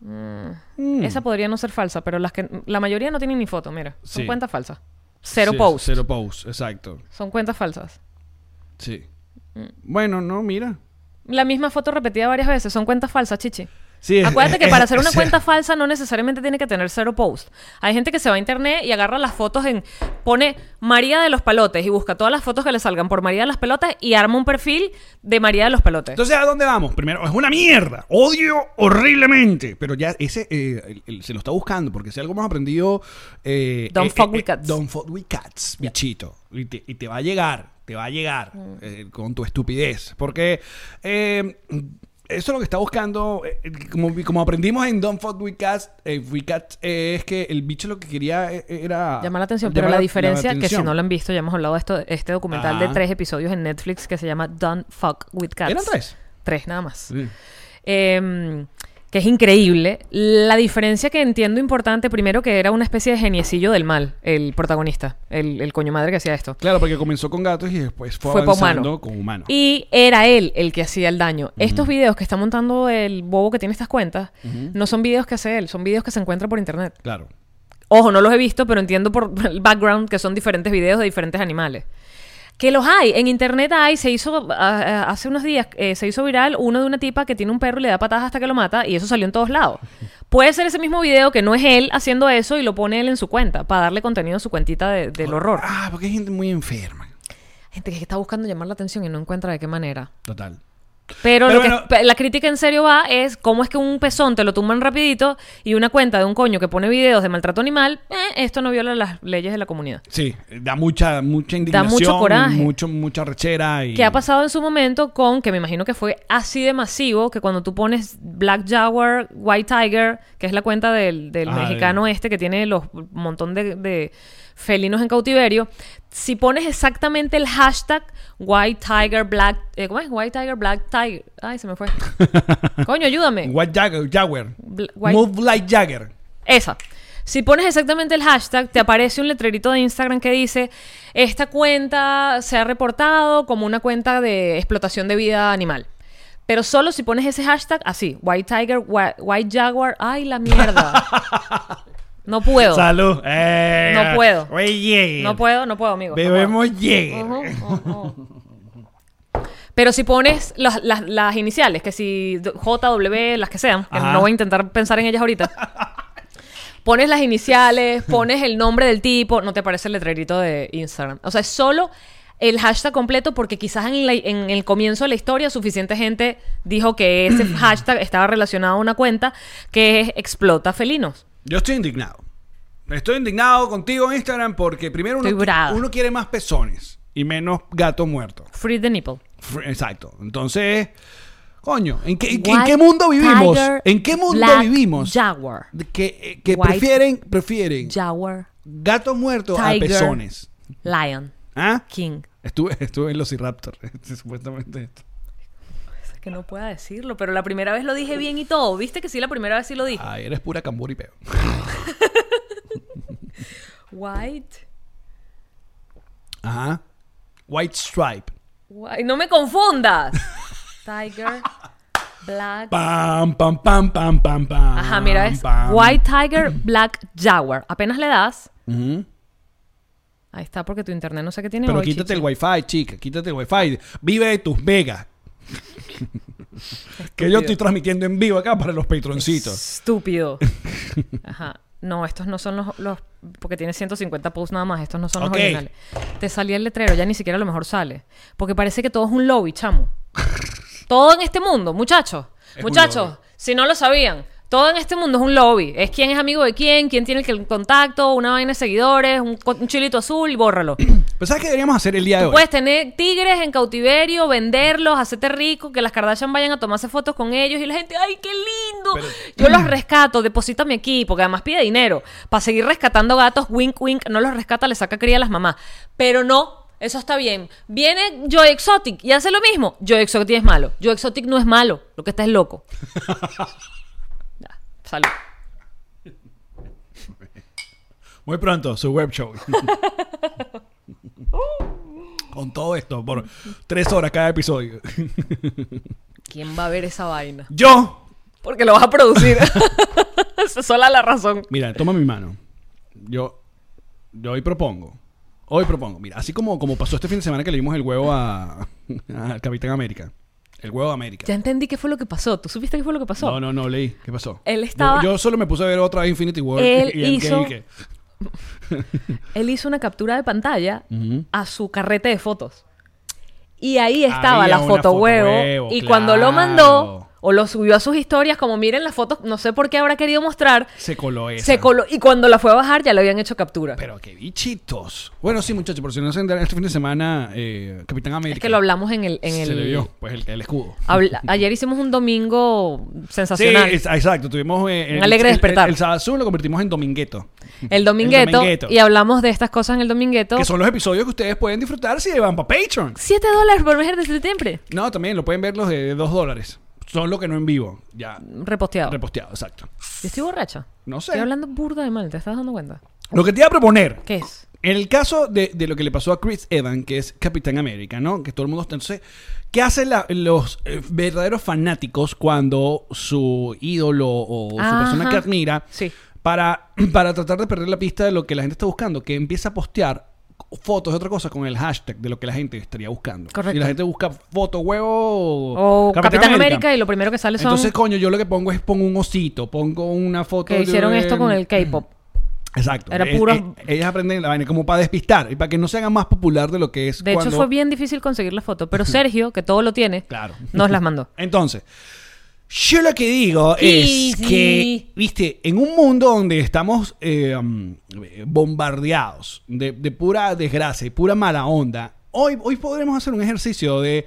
Speaker 1: Mm.
Speaker 2: Esa podría no ser falsa, pero las que la mayoría no tienen ni foto, mira. Son
Speaker 1: Sí.
Speaker 2: cuentas falsas. Cero
Speaker 1: Sí,
Speaker 2: posts.
Speaker 1: Cero post, exacto.
Speaker 2: Son cuentas falsas.
Speaker 1: Sí.
Speaker 2: Mm.
Speaker 1: Bueno, no, mira.
Speaker 2: La misma foto repetida varias veces, son cuentas falsas, chichi.
Speaker 1: Sí, es-
Speaker 2: Acuérdate que
Speaker 1: es-
Speaker 2: para hacer una
Speaker 1: es-
Speaker 2: cuenta falsa no necesariamente tiene que tener cero post. Hay gente que se va a internet y agarra las fotos en. pone María de los Palotes y busca todas las fotos que le salgan por María de las Pelotas y arma un perfil de María de los Palotes.
Speaker 1: Entonces, ¿a dónde vamos? Primero, es una mierda. Odio horriblemente. Pero ya ese eh, el- el- se lo está buscando porque si algo hemos aprendido. eh,
Speaker 2: Don't
Speaker 1: eh,
Speaker 2: fuck
Speaker 1: eh,
Speaker 2: with
Speaker 1: eh,
Speaker 2: cats.
Speaker 1: Don't fuck with cats, bichito. Y te, y te va a llegar, te va a llegar
Speaker 2: Mm.
Speaker 1: eh, con tu estupidez. Porque. eh, eso es lo que está buscando, eh, eh, como, como aprendimos en Don't Fuck With Cats, eh, with Cats, eh, es que el bicho lo que quería eh, era...
Speaker 2: Llama la atención, pero
Speaker 1: llamar
Speaker 2: la, diferencia, que si
Speaker 1: atención.
Speaker 2: no lo han visto, ya hemos hablado de esto, este documental de
Speaker 1: Ajá.
Speaker 2: tres episodios en Netflix que se llama Don't Fuck with Cats.
Speaker 1: ¿Eran tres?
Speaker 2: Tres nada más.
Speaker 1: Sí.
Speaker 2: Eh, que es increíble. La diferencia que entiendo importante, primero que era una especie de geniecillo del mal, el protagonista, el, el coño madre que hacía esto.
Speaker 1: Claro, porque comenzó con gatos y después fue,
Speaker 2: Fue pa'
Speaker 1: avanzando
Speaker 2: humano.
Speaker 1: con humanos.
Speaker 2: Y era él el que hacía el daño. Estos videos que está montando el bobo que tiene estas cuentas no son videos que hace él, son videos que se encuentran por internet.
Speaker 1: Claro.
Speaker 2: Ojo, no los he visto, pero entiendo por el background que son diferentes videos de diferentes animales. Que los hay, en internet hay, se hizo ah, ah, hace unos días, eh, se hizo viral uno de una tipa que tiene un perro y le da patadas hasta que lo mata y eso salió en todos lados. Puede ser ese mismo video que no es él haciendo eso y lo pone él en su cuenta para darle contenido a su cuentita de- del horror.
Speaker 1: Ah, porque hay gente muy enferma.
Speaker 2: Gente que está buscando llamar la atención y no encuentra de qué manera.
Speaker 1: Total.
Speaker 2: Pero,
Speaker 1: Pero
Speaker 2: lo que
Speaker 1: bueno.
Speaker 2: pe- la crítica en serio va es cómo es que un pezón te lo tumban rapidito y una cuenta de un coño que pone videos de maltrato animal, eh, esto no viola las leyes de la comunidad.
Speaker 1: Sí, da mucha, mucha indignación.
Speaker 2: coraje.
Speaker 1: Mucho, mucha rechera. Y...
Speaker 2: Que ha pasado en su momento con, que me imagino que fue así de masivo, que cuando tú pones Black Jaguar, White Tiger, que es la cuenta del, del
Speaker 1: Ah,
Speaker 2: mexicano este que tiene los un montón de, de felinos en cautiverio, si pones exactamente el hashtag White Tiger Black, eh, ¿cómo es? White Tiger Black Tiger, ay se me fue. Coño, ayúdame.
Speaker 1: White Jagger. Jagger.
Speaker 2: Bla- White-
Speaker 1: Move like Jagger.
Speaker 2: Esa. Si pones exactamente el hashtag, te aparece un letrerito de Instagram que dice, esta cuenta se ha reportado como una cuenta de explotación de vida animal. Pero solo si pones ese hashtag así, White Tiger, White, White Jaguar, ay la mierda. No puedo.
Speaker 1: Salud. Eh,
Speaker 2: No puedo.
Speaker 1: Oye.
Speaker 2: No puedo, no puedo, amigo. no puedo.
Speaker 1: Bebemos Jagger.
Speaker 2: Pero si pones las, las- las iniciales, que si JW, las que sean, que
Speaker 1: Ajá.
Speaker 2: no voy a intentar pensar en ellas ahorita. Pones las iniciales, pones el nombre del tipo, no te aparece el letrerito de Instagram. O sea, es solo el hashtag completo porque quizás en, la- en el comienzo de la historia suficiente gente dijo que ese hashtag estaba relacionado a una cuenta que es explota felinos.
Speaker 1: Yo estoy indignado. Estoy indignado contigo en Instagram porque primero uno,
Speaker 2: Estoy brava.
Speaker 1: uno quiere más pezones y menos gato muerto.
Speaker 2: Free the nipple.
Speaker 1: Fr- Exacto. Entonces, coño, ¿en qué, en qué- en
Speaker 2: White
Speaker 1: qué mundo vivimos?
Speaker 2: tiger,
Speaker 1: ¿En qué mundo
Speaker 2: black
Speaker 1: vivimos?
Speaker 2: Jaguar.
Speaker 1: De Que, eh, que
Speaker 2: White
Speaker 1: prefieren, prefieren
Speaker 2: Jaguar.
Speaker 1: gatos muertos a
Speaker 2: Tiger.
Speaker 1: pezones.
Speaker 2: Lion.
Speaker 1: ¿Ah?
Speaker 2: King.
Speaker 1: Estuve, estuve en los Raptor, supuestamente esto.
Speaker 2: Es que no pueda decirlo, pero la primera vez lo dije bien y todo. ¿Viste que sí la primera vez sí lo dije?
Speaker 1: Ay, eres pura cambur y peo.
Speaker 2: White.
Speaker 1: Ajá. White Stripe.
Speaker 2: White. No me confundas. Tiger. Black.
Speaker 1: Pam, pam, pam, pam, pam, pam.
Speaker 2: Ajá, mira, es
Speaker 1: pam.
Speaker 2: White Tiger, Black Jaguar. Apenas le das.
Speaker 1: Ujú.
Speaker 2: Ahí está, porque tu internet no sé qué tiene
Speaker 1: Pero
Speaker 2: hoy,
Speaker 1: quítate el
Speaker 2: chichi.
Speaker 1: wifi, chica, quítate el wifi. Vive de tus megas. que yo estoy transmitiendo en vivo acá para los patroncitos.
Speaker 2: Estúpido. Ajá. No, estos no son los, los- Porque tiene 150 posts nada más. Estos no son
Speaker 1: Ok.
Speaker 2: los originales. Te salía el letrero. Ya ni siquiera a lo mejor sale. Porque parece que todo es un lobby, chamo. todo en este mundo, muchachos.
Speaker 1: Es un
Speaker 2: Muchachos,
Speaker 1: lobby.
Speaker 2: si no lo sabían. Todo en este mundo es un lobby. Es quién es amigo de quién, quién tiene el contacto, una vaina de seguidores, un, co- un chilito azul y bórralo.
Speaker 1: Pero ¿sabes qué deberíamos hacer el día de hoy?
Speaker 2: Puedes tener tigres en cautiverio, venderlos, hacerte rico, que las Kardashian vayan a tomarse fotos con ellos y la gente, ¡ay, qué lindo! Yo los rescato, deposítame aquí, porque además pide dinero para seguir rescatando gatos, wink, wink, no los rescata, le saca cría a las mamás. Pero no, eso está bien. Viene Joy Exotic y hace lo mismo. Joy Exotic es malo. Joy Exotic no es malo, lo que está es loco. Ya, Salud.
Speaker 1: Muy pronto, su web show. Con todo esto, por tres horas cada episodio.
Speaker 2: ¿Quién va a ver esa vaina?
Speaker 1: Yo,
Speaker 2: Porque lo vas a producir. Esa es sola la razón.
Speaker 1: mira, toma mi mano. Yo, yo hoy propongo. Hoy propongo. Mira, así como, como pasó este fin de semana que le dimos el huevo a, al Capitán América. El huevo de América.
Speaker 2: Ya entendí qué fue lo que pasó. ¿Tú supiste qué fue lo que pasó?
Speaker 1: No, no, no, leí. ¿Qué pasó?
Speaker 2: Él estaba-
Speaker 1: Yo, yo solo me puse a ver otra vez Infinity War.
Speaker 2: Él
Speaker 1: y Endgame
Speaker 2: hizo-
Speaker 1: y que-
Speaker 2: Él hizo una captura de pantalla
Speaker 1: Ujú.
Speaker 2: a su carrete de fotos. Y ahí estaba
Speaker 1: Había
Speaker 2: la
Speaker 1: una
Speaker 2: foto huevo.
Speaker 1: fotohuevo,
Speaker 2: y cuando lo
Speaker 1: claro.
Speaker 2: mandó o lo subió a sus historias, como miren las fotos, no sé por qué habrá querido mostrar.
Speaker 1: Se coló esa.
Speaker 2: Se coló, y cuando la fue a bajar ya le habían hecho captura.
Speaker 1: Pero qué bichitos. Bueno, sí, muchachos, por si no se enteran, este fin de semana, eh, Capitán América.
Speaker 2: es que lo hablamos en el... En
Speaker 1: se
Speaker 2: el
Speaker 1: le vio, pues, el, el escudo.
Speaker 2: Habla- ayer hicimos un domingo
Speaker 1: Sí,
Speaker 2: sensacional.
Speaker 1: es- exacto. Tuvimos eh, el,
Speaker 2: Un alegre
Speaker 1: el-
Speaker 2: despertar.
Speaker 1: El, el sábado azul lo convertimos en domingueto.
Speaker 2: el, domingueto,
Speaker 1: domingueto.
Speaker 2: Y hablamos de estas cosas en el domingueto.
Speaker 1: Que son los episodios que ustedes pueden disfrutar si van para Patreon.
Speaker 2: Siete dólares por mes de septiembre.
Speaker 1: No, también lo pueden ver los de 2 dólares. Solo que no en vivo. Ya.
Speaker 2: Reposteado.
Speaker 1: Reposteado, exacto.
Speaker 2: Yo estoy borracha.
Speaker 1: No sé.
Speaker 2: Estoy hablando burda de mal, ¿te estás dando cuenta?
Speaker 1: Lo que te iba a proponer.
Speaker 2: ¿Qué es?
Speaker 1: En el caso de, de lo que le pasó a Chris Evans, que es Capitán América, ¿no? Que todo el mundo está. Entonces, ¿qué hacen la- los eh, verdaderos fanáticos cuando su ídolo o su
Speaker 2: Ajá.
Speaker 1: persona que admira,
Speaker 2: Sí.
Speaker 1: para, para tratar de perder la pista de lo que la gente está buscando, que empieza a postear fotos de otra cosa con el hashtag de lo que la gente estaría buscando?
Speaker 2: Correcto.
Speaker 1: Y la gente busca foto huevo
Speaker 2: O Capitán, América. y lo primero que sale son
Speaker 1: Entonces, coño, yo lo que pongo es pongo un osito, pongo una foto
Speaker 2: que hicieron
Speaker 1: de-
Speaker 2: esto con el K-pop.
Speaker 1: Exacto.
Speaker 2: Era
Speaker 1: Eh,
Speaker 2: puro-
Speaker 1: eh, ellas aprenden la vaina como para despistar y para que no se haga más popular de lo que es.
Speaker 2: De hecho,
Speaker 1: cuando-
Speaker 2: fue bien difícil conseguir la foto, pero Sergio, que todo lo tiene,
Speaker 1: Claro.
Speaker 2: nos las mandó.
Speaker 1: Entonces, yo lo que digo
Speaker 2: Sí,
Speaker 1: es
Speaker 2: sí.
Speaker 1: que, viste, en un mundo donde estamos eh, um, bombardeados de, de pura desgracia y pura mala onda, hoy, hoy podremos hacer un ejercicio de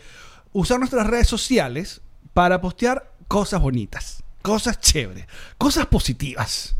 Speaker 1: usar nuestras redes sociales para postear cosas bonitas, cosas chéveres, cosas positivas.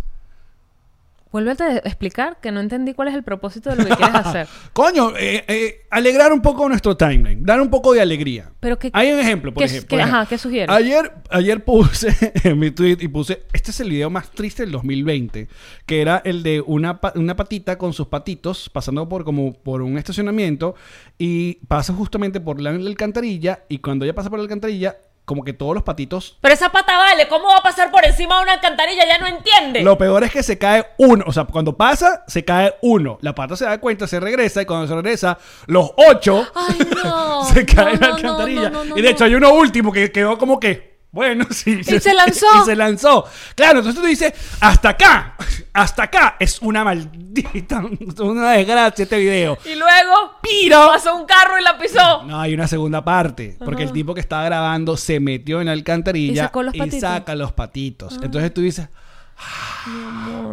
Speaker 2: Vuélvete a explicar que no entendí cuál es el propósito de lo que quieres hacer.
Speaker 1: Coño, eh, eh, alegrar un poco nuestro timeline, dar un poco de alegría.
Speaker 2: Pero que-
Speaker 1: Hay un ejemplo, por
Speaker 2: que-
Speaker 1: ejemplo.
Speaker 2: que-
Speaker 1: por ejemplo.
Speaker 2: ajá, ¿qué sugieres?
Speaker 1: Ayer, ayer puse en mi tweet y puse, este es el video más triste del 2020, que era el de una, pa- una patita con sus patitos pasando por como por un estacionamiento y pasa justamente por la alcantarilla y cuando ella pasa por la alcantarilla, como que todos los patitos
Speaker 2: Pero esa pata vale, ¿cómo va a pasar por encima de una alcantarilla? Ya no entiende.
Speaker 1: Lo peor es que se cae uno. O sea, cuando pasa, se cae uno. La pata se da cuenta, se regresa. Y cuando se regresa, los ocho
Speaker 2: Ay, no.
Speaker 1: se caen
Speaker 2: No,
Speaker 1: en la
Speaker 2: no, no,
Speaker 1: alcantarilla.
Speaker 2: no, no,
Speaker 1: y de
Speaker 2: no.
Speaker 1: hecho, hay uno último que quedó como que. Bueno, sí.
Speaker 2: se lanzó.
Speaker 1: Y se lanzó. Claro, entonces tú dices, hasta acá, hasta acá. Es una maldita, una desgracia este video.
Speaker 2: Y luego
Speaker 1: Piro.
Speaker 2: pasó un carro y la pisó.
Speaker 1: No, hay una segunda parte. Porque el tipo que estaba grabando se metió en la alcantarilla
Speaker 2: Y sacó los patitos. Ah.
Speaker 1: saca los patitos. Entonces tú dices.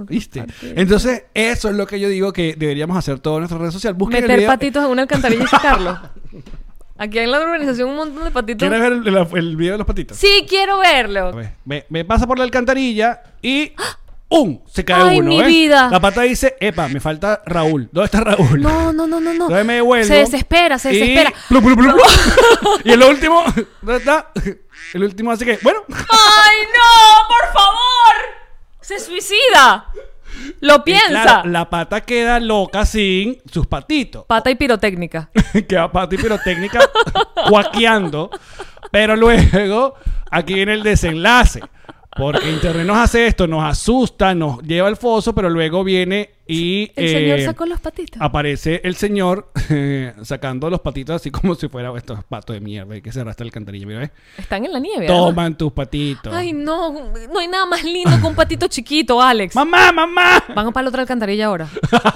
Speaker 1: ¿Viste? Entonces, eso es lo que yo digo que deberíamos hacer todo en nuestra red social. Busquen el
Speaker 2: Meter
Speaker 1: video.
Speaker 2: patitos en una alcantarilla y sacarlo. Aquí en la urbanización un montón de patitos.
Speaker 1: ¿Quieres ver el, el- el video de los patitos?
Speaker 2: Sí, quiero verlo.
Speaker 1: Ve, ve- me pasa por la alcantarilla y. ¡Um! Se cae
Speaker 2: ¡Ay,
Speaker 1: uno,
Speaker 2: mi
Speaker 1: ¿eh?
Speaker 2: vida!
Speaker 1: La pata dice: Epa, me falta Raúl. ¿Dónde está Raúl?
Speaker 2: No, no, no, no, no.
Speaker 1: Entonces me devuelvo.
Speaker 2: Se desespera, se
Speaker 1: y-
Speaker 2: desespera.
Speaker 1: plu, plu, plu, plu. y el último. ¿Dónde está? El último, así que, bueno.
Speaker 2: ¡Ay, no! ¡Por favor! ¡Se suicida! Lo piensa.
Speaker 1: Eh, Claro, la pata queda loca sin sus patitos.
Speaker 2: Pata y pirotécnica.
Speaker 1: queda pata y pirotécnica cuaqueando. Pero luego, aquí viene el desenlace. Porque Internet nos hace esto, nos asusta, nos lleva al foso, pero luego viene y.
Speaker 2: El señor
Speaker 1: eh,
Speaker 2: sacó los patitos.
Speaker 1: Aparece el señor eh, sacando los patitos así como si fuera estos patos de mierda y que se arrastra el cantarillo. Mira, ¿ves?
Speaker 2: Están en la nieve. ¿verdad?
Speaker 1: Toman tus patitos.
Speaker 2: Ay, no. No hay nada más lindo que un patito chiquito, Alex.
Speaker 1: ¡Mamá, mamá!
Speaker 2: Van para la otra alcantarilla ahora.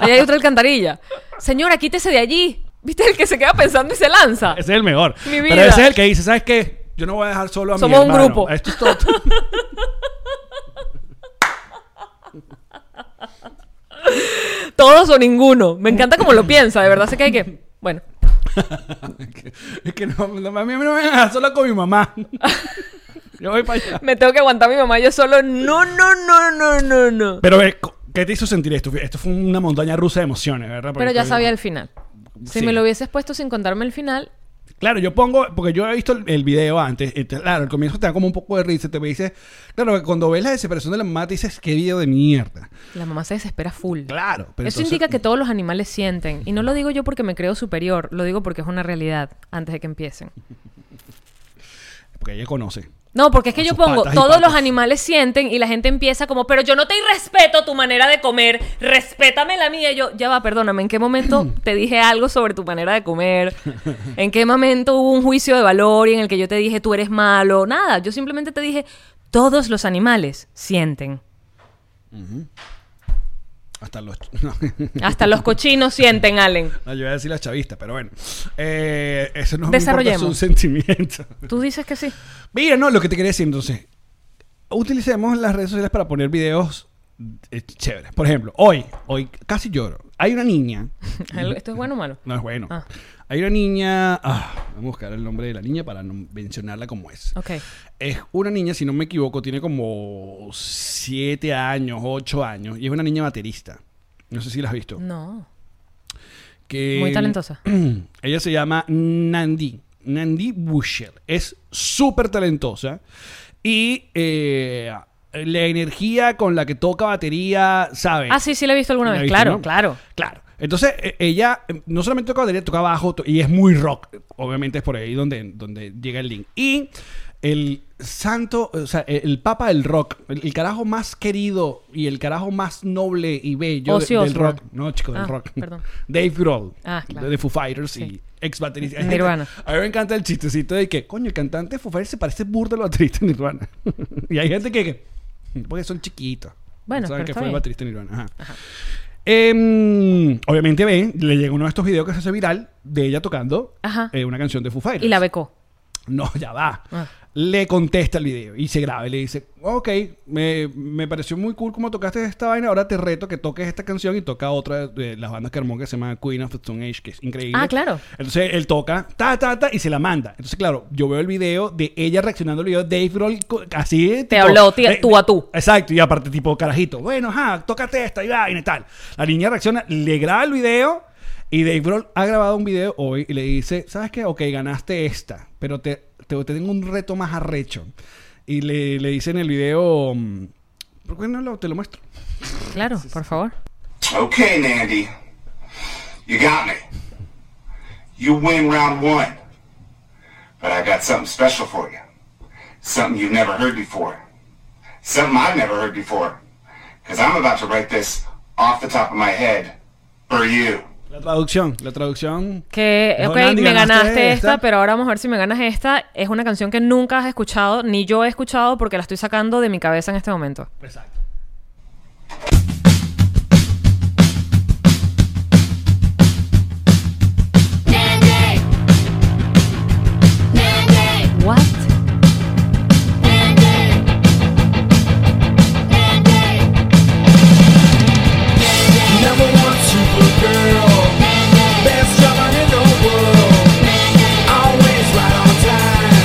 Speaker 2: Ahí hay otra alcantarilla. Señora, quítese de allí. ¿Viste el que se queda pensando y se lanza?
Speaker 1: Ese es el mejor.
Speaker 2: Mi vida.
Speaker 1: Pero ese es el que dice, ¿sabes qué? Yo no voy a dejar solo a mi
Speaker 2: Somos un
Speaker 1: hermano.
Speaker 2: grupo.
Speaker 1: Esto es todo.
Speaker 2: Todos o ninguno. Me encanta cómo lo piensa. De verdad sé que hay que. Bueno.
Speaker 1: es que no, no, a mí no me van a dejar solo con mi mamá. Yo voy para allá.
Speaker 2: Me tengo que aguantar a mi mamá yo solo. No, no, no, no, no, no.
Speaker 1: Pero, eh, co- ¿qué te hizo sentir esto? Esto fue una montaña rusa de emociones, ¿verdad? Porque
Speaker 2: Pero ya
Speaker 1: fue-
Speaker 2: sabía el final. Si
Speaker 1: Sí.
Speaker 2: me lo hubieses puesto sin contarme el final,
Speaker 1: Claro, yo pongo, porque yo he visto el, el video antes, y te- claro, al comienzo te da como un poco de risa, te dices, claro, cuando ves la desesperación de la mamá, te dices, qué video de mierda.
Speaker 2: la mamá se desespera full.
Speaker 1: Claro, pero
Speaker 2: Eso
Speaker 1: entonces-
Speaker 2: indica que todos los animales sienten. Y no lo digo yo porque me creo superior, lo digo porque es una realidad antes de que empiecen.
Speaker 1: Porque ella conoce.
Speaker 2: No, porque es que
Speaker 1: Con
Speaker 2: yo
Speaker 1: sus
Speaker 2: pongo,
Speaker 1: patas y
Speaker 2: todos los
Speaker 1: patas.
Speaker 2: animales sienten y la gente empieza como, pero yo no te irrespeto tu manera de comer, respétame la mía. Y yo, ya va, perdóname, ¿en qué momento te dije algo sobre tu manera de comer? ¿En qué momento hubo un juicio de valor y en el que yo te dije tú eres malo? Nada, yo simplemente te dije, todos los animales sienten.
Speaker 1: Hasta los... no.
Speaker 2: Hasta los cochinos sienten, Allen.
Speaker 1: No, yo iba a decir la chavista, pero bueno. Eh, eso no
Speaker 2: Desarrollemos.
Speaker 1: es un sentimiento.
Speaker 2: Tú dices que sí.
Speaker 1: Mira, no, lo que te quería decir entonces. Utilicemos las redes sociales para poner videos eh, chéveres. Por ejemplo, hoy, hoy casi lloro. Hay una niña.
Speaker 2: ¿Esto es bueno o malo?
Speaker 1: No es bueno.
Speaker 2: Ah.
Speaker 1: Hay una niña. ah, vamos a buscar el nombre de la niña para no mencionarla como es.
Speaker 2: Ok.
Speaker 1: Es una niña, si no me equivoco, tiene como 7 años, 8 años. Y es una niña baterista. No sé si la has visto.
Speaker 2: No.
Speaker 1: que-
Speaker 2: Mm.
Speaker 1: Eh,
Speaker 2: Muy talentosa.
Speaker 1: Ella se llama Nandi. Nandi Bushel es súper talentosa y eh, la energía con la que toca batería, ¿sabes?
Speaker 2: Ah, sí, sí la he visto alguna
Speaker 1: eh, ¿La
Speaker 2: vez.
Speaker 1: viste,
Speaker 2: claro,
Speaker 1: no?
Speaker 2: claro.
Speaker 1: Claro. Entonces, e- ella eh, no solamente toca batería, toca bajo to- y es muy rock. Obviamente es por ahí donde, donde llega el link. Y el santo, o sea, e, el, el papa del rock, el, el carajo más querido y el carajo más noble y bello de-
Speaker 2: Ozzy
Speaker 1: del
Speaker 2: Osbourne.
Speaker 1: rock. No, chico, del
Speaker 2: Oh, Ah,
Speaker 1: rock.
Speaker 2: perdón.
Speaker 1: Dave Grohl.
Speaker 2: Ah, claro.
Speaker 1: De, de Foo Fighters
Speaker 2: Sí.
Speaker 1: y ex baterista.
Speaker 2: Nirvana.
Speaker 1: A mí me encanta el chistecito de que, coño, el cantante de Foo Fighters se parece burda al baterista de Nirvana. y hay gente que, que, porque son chiquitos.
Speaker 2: Bueno,
Speaker 1: ¿Saben
Speaker 2: pero
Speaker 1: que
Speaker 2: está
Speaker 1: fue el
Speaker 2: bien. Ah.
Speaker 1: baterista de Nirvana? Ajá. Em, obviamente ve, le llegó uno de estos videos que se hace viral de ella tocando
Speaker 2: Ajá.
Speaker 1: eh, una canción de Foo Fighters.
Speaker 2: Y la becó.
Speaker 1: No, ya va.
Speaker 2: Ah.
Speaker 1: Le contesta el video y se graba y le dice, ok, me, me pareció muy cool como tocaste esta vaina, ahora te reto que toques esta canción y toca otra de las bandas que armó que se llama Queen of the Stone Age, que es increíble.
Speaker 2: Ah, claro.
Speaker 1: Entonces él toca, ta, ta, ta, y se la manda. Entonces, claro, yo veo el video de ella reaccionando al video de Dave Grohl co- así. Te
Speaker 2: habló, tía, tú a tú.
Speaker 1: Exacto, y aparte, tipo, carajito, bueno, ajá, tócate esta y vaina y tal. La niña reacciona, le graba el video y Dave Grohl ha grabado un video hoy y le dice, ¿sabes qué? Ok, ganaste esta, pero te, te, te tengo un reto más arrecho. Y le, le dice en el video, mm, ¿por qué no lo- te lo muestro?
Speaker 2: Claro, por favor.
Speaker 4: Okay, Nandy. You got me. You win round one. But I got something special for you. Something you've never heard before. Something I've never heard before. Because I'm about to write this off the top of my head for you.
Speaker 1: La traducción, la traducción.
Speaker 2: Que,
Speaker 1: Dijo,
Speaker 2: ok,
Speaker 1: "Nandi,
Speaker 2: me ganaste esta, pero ahora vamos a ver si me ganas esta. Es una canción que nunca has escuchado, ni yo he escuchado, porque la estoy sacando de mi cabeza en este momento.
Speaker 1: Exacto.
Speaker 5: Nandy! Nandy!
Speaker 2: What?
Speaker 5: Nandy! Nandy!
Speaker 6: Number one supergirl, best drummer in the world. Always right on time.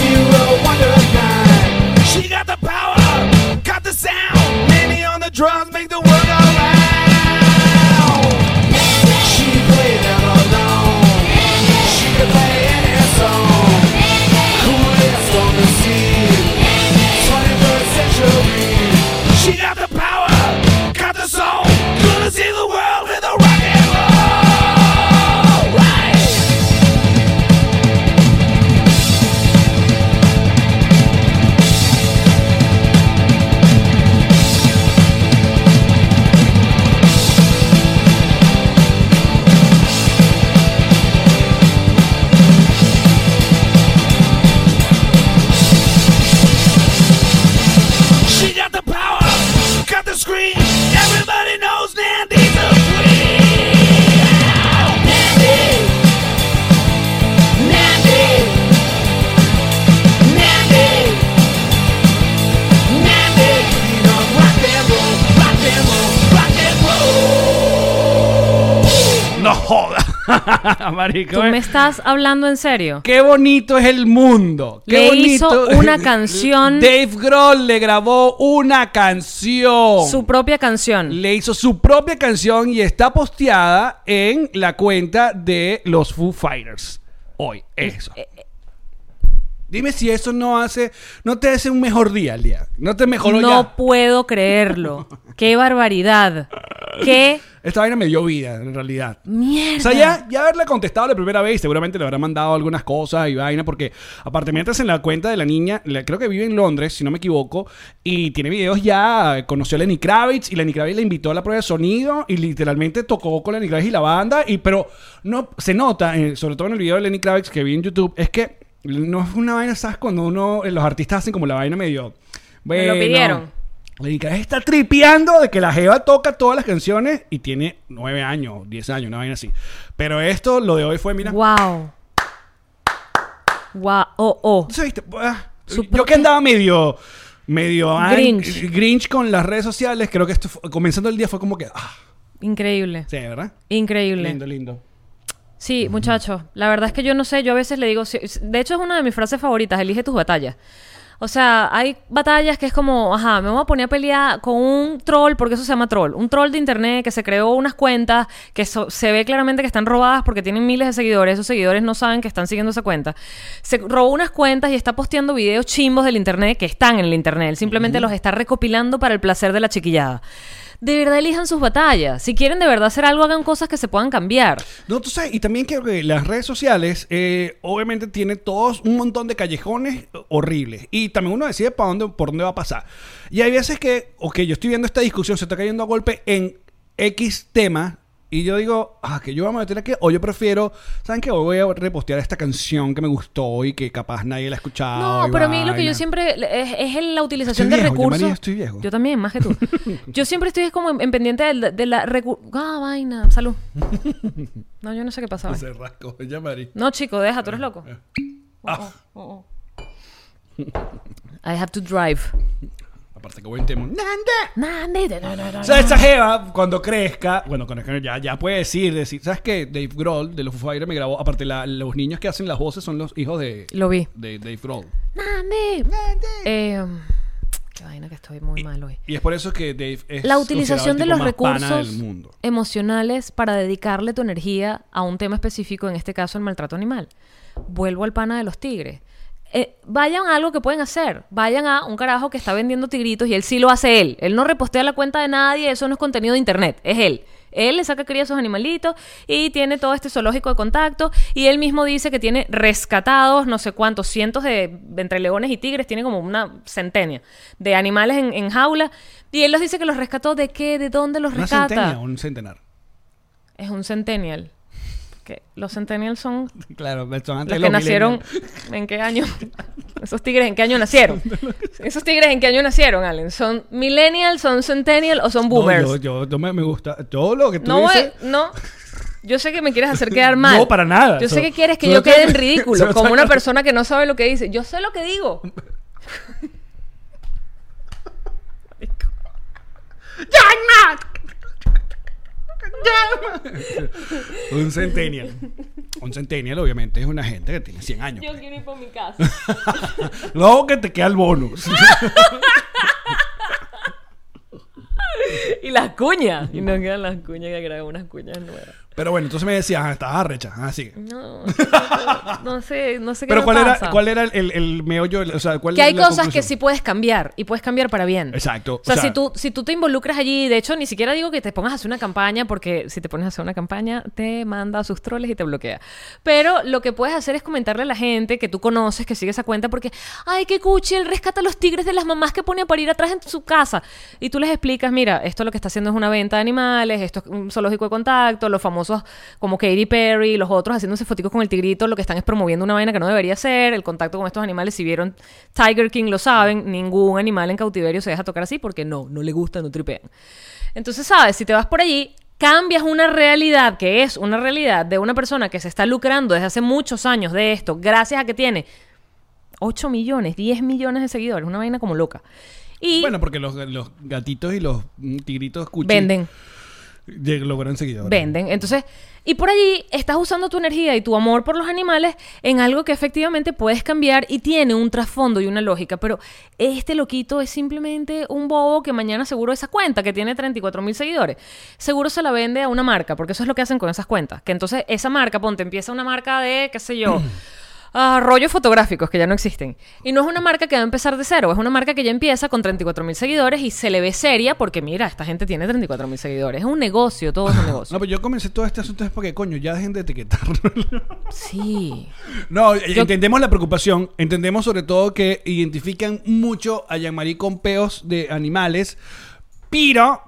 Speaker 6: Hero wonder kind. She got the power, got the sound. Nanny on the drums make the world go round. She played out alone. She could play any song. Who lives on the sea? 21st century. She got the power, got the soul. Gonna see the world with a rock and roll. Right. She got the power, got the scream. Everybody knows Nandy's a queen. Nandy, Nandy, Nandy, Nandy. Queen of rock and roll, rock and roll, rock and roll.
Speaker 1: No joda. Marico.
Speaker 2: ¿Tú
Speaker 1: eh.
Speaker 2: me estás hablando en serio?
Speaker 1: Qué bonito es el mundo. Qué
Speaker 2: Le
Speaker 1: bonito.
Speaker 2: hizo una canción-
Speaker 1: Dave Grohl le grabó una canción.
Speaker 2: Su propia canción.
Speaker 1: le hizo su propia canción y está posteada en la cuenta de los Foo Fighters. Hoy, eso. Dime si eso no hace, no te hace un mejor día al día. No te mejoró
Speaker 2: No
Speaker 1: ya.
Speaker 2: puedo creerlo. ¡Qué barbaridad! ¡Qué
Speaker 1: Esta vaina me dio vida, en realidad.
Speaker 2: mierda!
Speaker 1: O sea, ya, ya haberle contestado la primera vez, seguramente le habrá mandado algunas cosas y vaina, porque aparte mientras en la cuenta de la niña, la- creo que vive en Londres, si no me equivoco, y tiene videos ya, eh, conoció a Lenny Kravitz, y Lenny Kravitz la invitó a la prueba de sonido, y literalmente tocó con Lenny Kravitz y la banda, y pero no, se nota, eh, sobre todo en el video de Lenny Kravitz que vi en YouTube, es que no es una vaina, ¿sabes? Cuando uno, eh, los artistas hacen como la vaina medio...
Speaker 2: Me lo
Speaker 1: bueno,
Speaker 2: pidieron.
Speaker 1: Lenny Kravitz está tripeando de que la Jeva toca todas las canciones y tiene nueve años, diez años, una vaina así. Pero esto, lo de hoy fue, mira.
Speaker 2: ¡Wow! ¡Wow! ¡Oh, oh!
Speaker 1: Entonces, ¿viste? Ah, Yo
Speaker 2: Su
Speaker 1: que
Speaker 2: propia-
Speaker 1: andaba medio. medio. ah,
Speaker 2: Grinch.
Speaker 1: Grinch con las redes sociales, creo que esto fue- comenzando el día fue como que. Ah,
Speaker 2: Increíble.
Speaker 1: sí, ¿verdad?
Speaker 2: Increíble.
Speaker 1: Lindo, lindo.
Speaker 2: Sí, muchachos. La verdad es que yo no sé, yo a veces le digo, si- de hecho es una de mis frases favoritas, elige tus batallas. O sea, hay batallas que es como, ajá, me voy a poner a pelear con un troll, porque eso se llama troll. Un troll de internet que se creó unas cuentas que so- se ve claramente que están robadas porque tienen miles de seguidores. Esos seguidores no saben que están siguiendo esa cuenta. Se robó unas cuentas y está posteando videos chimbos del internet que están en el internet. Él simplemente los está recopilando para el placer de la chiquillada. De verdad elijan sus batallas. Si quieren de verdad hacer algo, hagan cosas que se puedan cambiar.
Speaker 1: No, tú sabes, y también creo que las redes sociales, eh, obviamente, tiene todos un montón de callejones eh, horribles. Y también uno decide para dónde, por dónde va a pasar. Y hay veces que, ok, yo estoy viendo esta discusión, se está cayendo a golpe en X tema. Y yo digo, ah, que yo voy a meter aquí, o yo prefiero, ¿saben qué? Hoy voy a repostear esta canción que me gustó y que capaz nadie la ha escuchado.
Speaker 2: No,
Speaker 1: y
Speaker 2: pero a mí lo que yo
Speaker 1: vaina.
Speaker 2: siempre le- es, es el- la utilización
Speaker 1: Estoy
Speaker 2: de
Speaker 1: viejo, yo,
Speaker 2: recursos.
Speaker 1: María, estoy viejo.
Speaker 2: Yo también, más que tú. yo siempre estoy como en, en pendiente del- de, la recu- ah vaina, salud. No, yo no sé qué pasaba.
Speaker 1: Se rascó, ya, Mari.
Speaker 2: No, chico, deja, tú eres loco.
Speaker 1: Eh,
Speaker 2: Oh,
Speaker 1: Ah,
Speaker 2: I have to drive.
Speaker 1: aparte que buen tema.
Speaker 2: Nah, nene, no, no, no,
Speaker 1: O
Speaker 2: no.
Speaker 1: sea, esa jeva, cuando crezca, bueno, cuando crezca ya, ya puede decir, decir, ¿sabes qué? Dave Grohl de los Foo Fighters me grabó, aparte la- los niños que hacen las voces son los hijos de,
Speaker 2: Lo vi.
Speaker 1: de Dave Grohl.
Speaker 2: Nah, nene. Eh, qué vaina que estoy muy mal hoy.
Speaker 1: Y es por eso que Dave es
Speaker 2: la utilización
Speaker 1: considerado el
Speaker 2: de
Speaker 1: tipo
Speaker 2: los
Speaker 1: más pana
Speaker 2: recursos
Speaker 1: del mundo.
Speaker 2: emocionales para dedicarle tu energía a un tema específico, en este caso el maltrato animal. Vuelvo al pana de los tigres. Eh, vayan a algo que pueden hacer. Vayan a un carajo que está vendiendo tigritos y él sí lo hace él. Él no repostea la cuenta de nadie, eso no es contenido de internet, es él. Él le saca cría a esos animalitos y tiene todo este zoológico de contacto y él mismo dice que tiene rescatados no sé cuántos cientos de entre leones y tigres, tiene como una centenia de animales en, en jaula y él los dice que los rescató de qué, de dónde los
Speaker 1: Una
Speaker 2: rescata.
Speaker 1: centenia, un centenar.
Speaker 2: Es un centennial. Que los centennials son
Speaker 1: Claro, son antes
Speaker 2: los
Speaker 1: de
Speaker 2: que
Speaker 1: los
Speaker 2: nacieron
Speaker 1: millennials.
Speaker 2: en qué año. Esos tigres en qué año nacieron. Esos tigres en qué año nacieron, Allen. ¿Son millennials, son centennial o son
Speaker 1: No,
Speaker 2: boomers?
Speaker 1: yo, yo, yo me, me gusta. Todo lo que tú
Speaker 2: No,
Speaker 1: dices.
Speaker 2: eh, no. Yo sé que me quieres hacer quedar mal.
Speaker 1: No, para nada.
Speaker 2: Yo sé
Speaker 1: So-
Speaker 2: que quieres que
Speaker 1: so-
Speaker 2: yo quede en
Speaker 1: so-
Speaker 2: ridículo, como una persona que no sabe lo que dice. Yo sé lo que digo.
Speaker 1: Un centennial. un centennial, obviamente, es una gente que tiene 100 años.
Speaker 2: Yo quiero ir por mi casa.
Speaker 1: Luego que te queda el bonus.
Speaker 2: Y las cuñas. Y nos quedan las cuñas que grabé unas cuñas nuevas.
Speaker 1: Pero bueno, entonces me decías, ah, estabas arrecha. Ah, sigue.
Speaker 2: No, no, no sé, no sé qué
Speaker 1: Pero
Speaker 2: me
Speaker 1: ¿cuál era,
Speaker 2: pasa.
Speaker 1: cuál era el, el- el meollo? el- O sea, ¿cuál
Speaker 2: que
Speaker 1: es
Speaker 2: hay
Speaker 1: la
Speaker 2: cosas que
Speaker 1: conclusión?
Speaker 2: sí puedes cambiar y puedes cambiar para bien.
Speaker 1: Exacto,
Speaker 2: O sea,
Speaker 1: o sea-
Speaker 2: si, tú, si tú te involucras allí, de hecho, ni siquiera digo que te pongas a hacer una campaña, porque si te pones a hacer una campaña, te manda a sus troles y te bloquea. Pero lo que puedes hacer es comentarle a la gente que tú conoces, que sigue esa cuenta, porque, ay, qué cuchi, él rescata a los tigres de las mamás que pone a parir atrás en su casa. Y tú les explicas, mira, esto lo que está haciendo es una venta de animales, esto es un zoológico de contacto, los famosos como Katy Perry y los otros haciéndose foticos con el tigrito, lo que están es promoviendo una vaina que no debería ser, el contacto con estos animales, si vieron Tiger King lo saben, ningún animal en cautiverio se deja tocar así porque no, no le gusta, no tripean. Entonces, sabes, si te vas por allí, cambias una realidad que es una realidad de una persona que se está lucrando desde hace muchos años de esto, gracias a que tiene 8 millones, 10 millones de seguidores, una vaina como loca. Y
Speaker 1: Bueno, porque los, los gatitos y los mm, tigritos cuchis
Speaker 2: venden.
Speaker 1: lleg- lograron seguidores.
Speaker 2: Venden. Entonces, y por allí estás usando tu energía y tu amor por los animales en algo que efectivamente puedes cambiar y tiene un trasfondo y una lógica. Pero este loquito es simplemente un bobo que mañana seguro esa cuenta que tiene 34 mil seguidores, seguro se la vende a una marca, porque eso es lo que hacen con esas cuentas. Que entonces esa marca, ponte, empieza una marca de, qué sé yo. ah, rollos fotográficos que ya no existen. Y no es una marca que va a empezar de cero, es una marca que ya empieza con 34 mil seguidores y se le ve seria porque mira, esta gente tiene 34 mil seguidores. Es un negocio, todo es un negocio.
Speaker 1: No, pero yo comencé todo este asunto es porque, coño, ya dejen de etiquetar.
Speaker 2: Sí.
Speaker 1: no, eh, entendemos la preocupación. Entendemos sobre todo que identifican mucho a Yamari con peos de animales. Pero,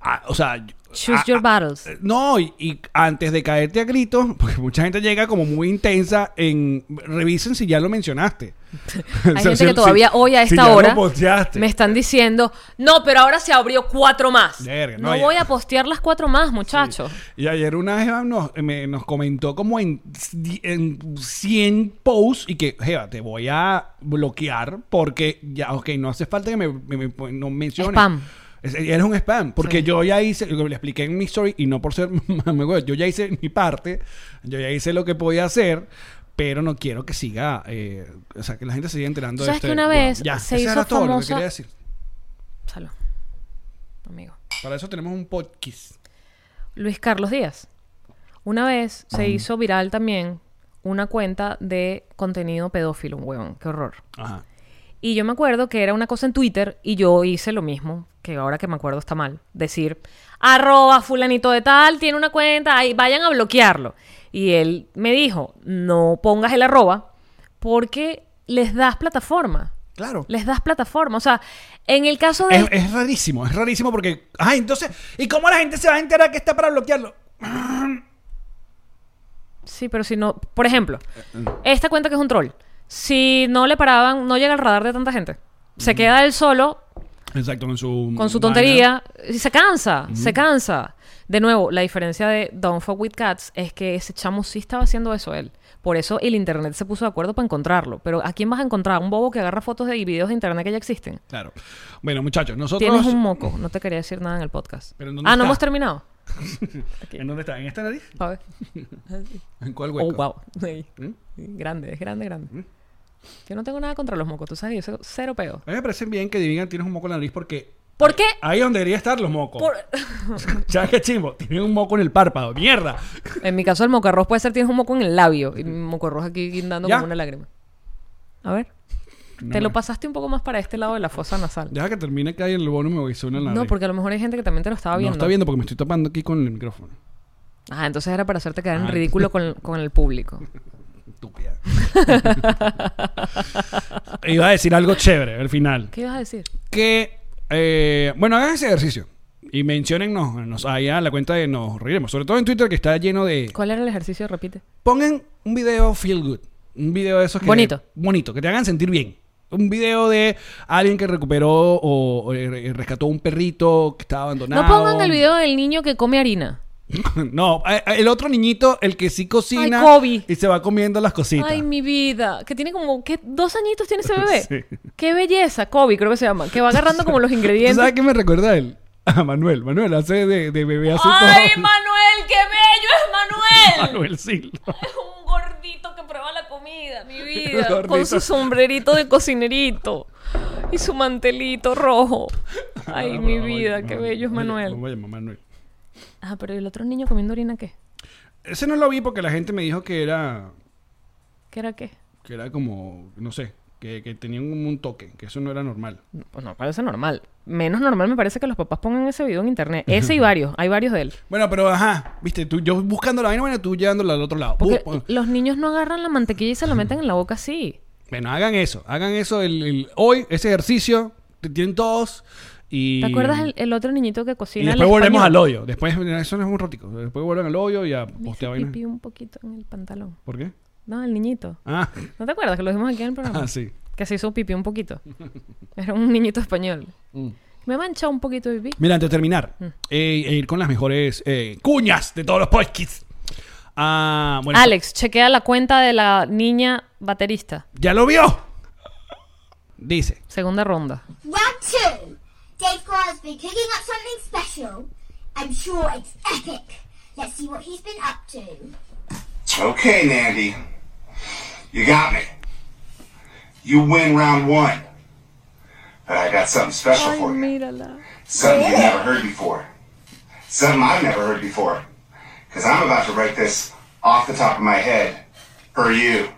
Speaker 1: ah, o sea...
Speaker 2: Choose
Speaker 1: ah,
Speaker 2: your
Speaker 1: ah,
Speaker 2: battles.
Speaker 1: Eh, No, y, y antes de caerte a gritos, porque mucha gente llega como muy intensa en... Revisen si ya lo mencionaste.
Speaker 2: Hay gente que todavía hoy a esta hora me
Speaker 1: Me
Speaker 2: están diciendo, no, pero ahora se abrió cuatro más.
Speaker 1: Verga, no,
Speaker 2: no
Speaker 1: ya-
Speaker 2: voy a postear las cuatro más, muchachos.
Speaker 1: Y ayer una jeva nos, eh, me- nos comentó como en, c- en 100 posts y que, jeva, te voy a bloquear porque ya, ok, no hace falta que me, me, me pon- no menciones.
Speaker 2: Spam.
Speaker 1: Es- Eres un spam, porque yo ya hice, lo que le expliqué en mi story, y no por ser mame huevo, yo ya hice mi parte, yo ya hice lo que podía hacer, Pero no quiero que siga, eh, o sea, que la gente se siga enterando
Speaker 2: ¿Tú
Speaker 1: de
Speaker 2: sabes
Speaker 1: este-
Speaker 2: que una
Speaker 1: Bueno,
Speaker 2: vez
Speaker 1: ya,
Speaker 2: se
Speaker 1: ese
Speaker 2: hizo
Speaker 1: era todo lo que
Speaker 2: famosa-
Speaker 1: quería decir.
Speaker 2: Salud. Amigo.
Speaker 1: Para eso tenemos un podcast.
Speaker 2: Luis Carlos Díaz. Una vez
Speaker 1: Mm.
Speaker 2: se hizo viral también una cuenta de contenido pedófilo, huevón, qué horror.
Speaker 1: Ajá.
Speaker 2: Y yo me acuerdo que era una cosa en Twitter y yo hice lo mismo, que ahora que me acuerdo está mal, decir, arroba fulanito de tal, tiene una cuenta, ahí vayan a bloquearlo. Y él me dijo, no pongas el arroba porque les das plataforma.
Speaker 1: Claro.
Speaker 2: Les das plataforma. O sea, en el caso de...
Speaker 1: Es, es rarísimo, es rarísimo porque. Ah, entonces. ¿Y cómo la gente se va a enterar que está para bloquearlo?
Speaker 2: Sí, pero si no, por ejemplo,
Speaker 1: Eh,
Speaker 2: esta cuenta que es un troll, si no le paraban, no llega al radar de tanta gente. Se queda él solo
Speaker 1: Exacto, con su.
Speaker 2: con su tontería y se cansa, se cansa. De nuevo, la diferencia de Don't Fuck With Cats es que ese chamo sí estaba haciendo eso él. Por eso el internet se puso de acuerdo para encontrarlo. Pero ¿a quién vas a encontrar? Un bobo que agarra fotos de y videos de internet que ya existen.
Speaker 1: Claro. Bueno, muchachos, nosotros.
Speaker 2: Tienes un moco. No te quería decir nada en el podcast.
Speaker 1: Pero ¿en
Speaker 2: ah,
Speaker 1: dónde
Speaker 2: no
Speaker 1: está?
Speaker 2: hemos terminado.
Speaker 1: ¿En dónde está? ¿En esta nariz?
Speaker 2: A ver.
Speaker 1: ¿En cuál hueco? ¿Mm?
Speaker 2: Oh, wow. Ey. Grande, es grande, grande. Yo no tengo nada contra los mocos, tú sabes, yo soy cero peo.
Speaker 1: A mí me parece bien que digan tienes un moco en la nariz porque.
Speaker 2: ¿Por qué?
Speaker 1: Ahí es donde debería estar los mocos.
Speaker 2: Por-
Speaker 1: ¿Sabes qué chimbo? Tienen un moco en el párpado. ¡Mierda!
Speaker 2: En mi caso, el mocarroz puede ser tienes un moco en el labio y mi mocarroz aquí guindando
Speaker 1: ¿Ya?
Speaker 2: como una lágrima. A ver. Te lo pasaste un poco más para este lado de la fosa nasal.
Speaker 1: Deja que termine que hay el bono me suena en la
Speaker 2: No,
Speaker 1: nariz.
Speaker 2: porque a lo mejor hay gente que también te lo estaba
Speaker 1: No
Speaker 2: viendo.
Speaker 1: está viendo porque me estoy tapando aquí con el micrófono.
Speaker 2: Ah, entonces era para hacerte quedar en
Speaker 1: Ah.
Speaker 2: ridículo con, con el público.
Speaker 1: Estúpida. Iba a decir algo chévere al final.
Speaker 2: ¿Qué ibas a decir?
Speaker 1: que eh, bueno hagan ese ejercicio y mencionennos nos ahí a la cuenta de nos reiremos sobre todo en Twitter que está lleno de
Speaker 2: ¿Cuál era el ejercicio? Repite.
Speaker 1: pongan un video feel good un video de esos que
Speaker 2: Bonito.
Speaker 1: bonito que te hagan sentir bien un video de alguien que recuperó o, o, eh, rescató un perrito que estaba abandonado
Speaker 2: No pongan el video del niño que come harina.
Speaker 1: no eh, eh, el otro niñito el que sí cocina
Speaker 2: Ay, Kobe.
Speaker 1: y se va comiendo las cositas
Speaker 2: Ay, mi vida. Que tiene como... ¿qué? ¿Dos añitos tiene ese bebé?
Speaker 1: Sí.
Speaker 2: ¡Qué belleza! Kobe creo que se llama. Que va agarrando como los
Speaker 1: ¿Tú
Speaker 2: ingredientes.
Speaker 1: sabes qué me recuerda a él a Manuel Manuel hace de, de bebé hace
Speaker 2: ¡Ay,
Speaker 1: todo.
Speaker 2: Manuel! ¡Qué bello es Manuel!
Speaker 1: Manuel Silva
Speaker 2: Es un gordito que prueba la comida, mi
Speaker 1: Un
Speaker 2: vida.
Speaker 1: gordito.
Speaker 2: Con su sombrerito de cocinerito y su mantelito rojo. Ay,
Speaker 1: Ah,
Speaker 2: mi
Speaker 1: bravo,
Speaker 2: vida,
Speaker 1: Manuel.
Speaker 2: qué bello es
Speaker 1: Oye,
Speaker 2: Manuel.
Speaker 1: vamos a llamar a Manuel.
Speaker 2: Ah, pero el otro niño comiendo orina, ¿qué?
Speaker 1: Ese no lo vi porque la gente me dijo que era
Speaker 2: ¿Qué era qué?
Speaker 1: que era como, no sé, que, que tenía un, un toque, que eso no era normal.
Speaker 2: Pues no, parece normal. Menos normal me parece que los papás pongan ese video en internet. Ese y varios. Hay varios de él.
Speaker 1: Bueno, pero ajá, viste, tú, yo buscando la vaina, bueno, tú llevándola al otro lado. Uh,
Speaker 2: Porque
Speaker 1: Bu- bu-
Speaker 2: los niños no agarran la mantequilla y se lo meten en la boca así.
Speaker 1: bueno, hagan eso, hagan eso el, el- hoy, ese ejercicio, te tienen todos y...
Speaker 2: ¿Te acuerdas el, el otro niñito que
Speaker 1: Y
Speaker 2: cocina? al
Speaker 1: después volvemos al
Speaker 2: español?
Speaker 1: hoyo, después, eso no es un ratico, después vuelven al hoyo y a
Speaker 2: Me hice
Speaker 1: postear vainas.
Speaker 2: pipí un poquito en el pantalón.
Speaker 1: ¿Por qué?
Speaker 2: No, el niñito.
Speaker 1: Ah,
Speaker 2: ¿No te acuerdas que lo dijimos aquí en el programa?
Speaker 1: ah, sí.
Speaker 2: que se hizo pipí un poquito. Era un niñito español. Me mancha un poquito de pipí.
Speaker 1: Mira, antes de terminar,
Speaker 2: Mm.
Speaker 1: eh, e ir con las mejores eh, cuñas de todos los podcasts. Ah, bueno,
Speaker 2: Alex, chequea la cuenta de la niña baterista.
Speaker 1: ya lo vio. Dice,
Speaker 2: Segunda ronda.
Speaker 5: Round two. Dave Crosby picking up something special. I'm sure it's epic. Let's see what he's been up to.
Speaker 4: Okay, Nandy. You got me. You win round one. But I got something special for you.
Speaker 2: mírala.
Speaker 4: Something you've never heard before. Something I've never heard before. Because I'm about to write this off the top of my head for you.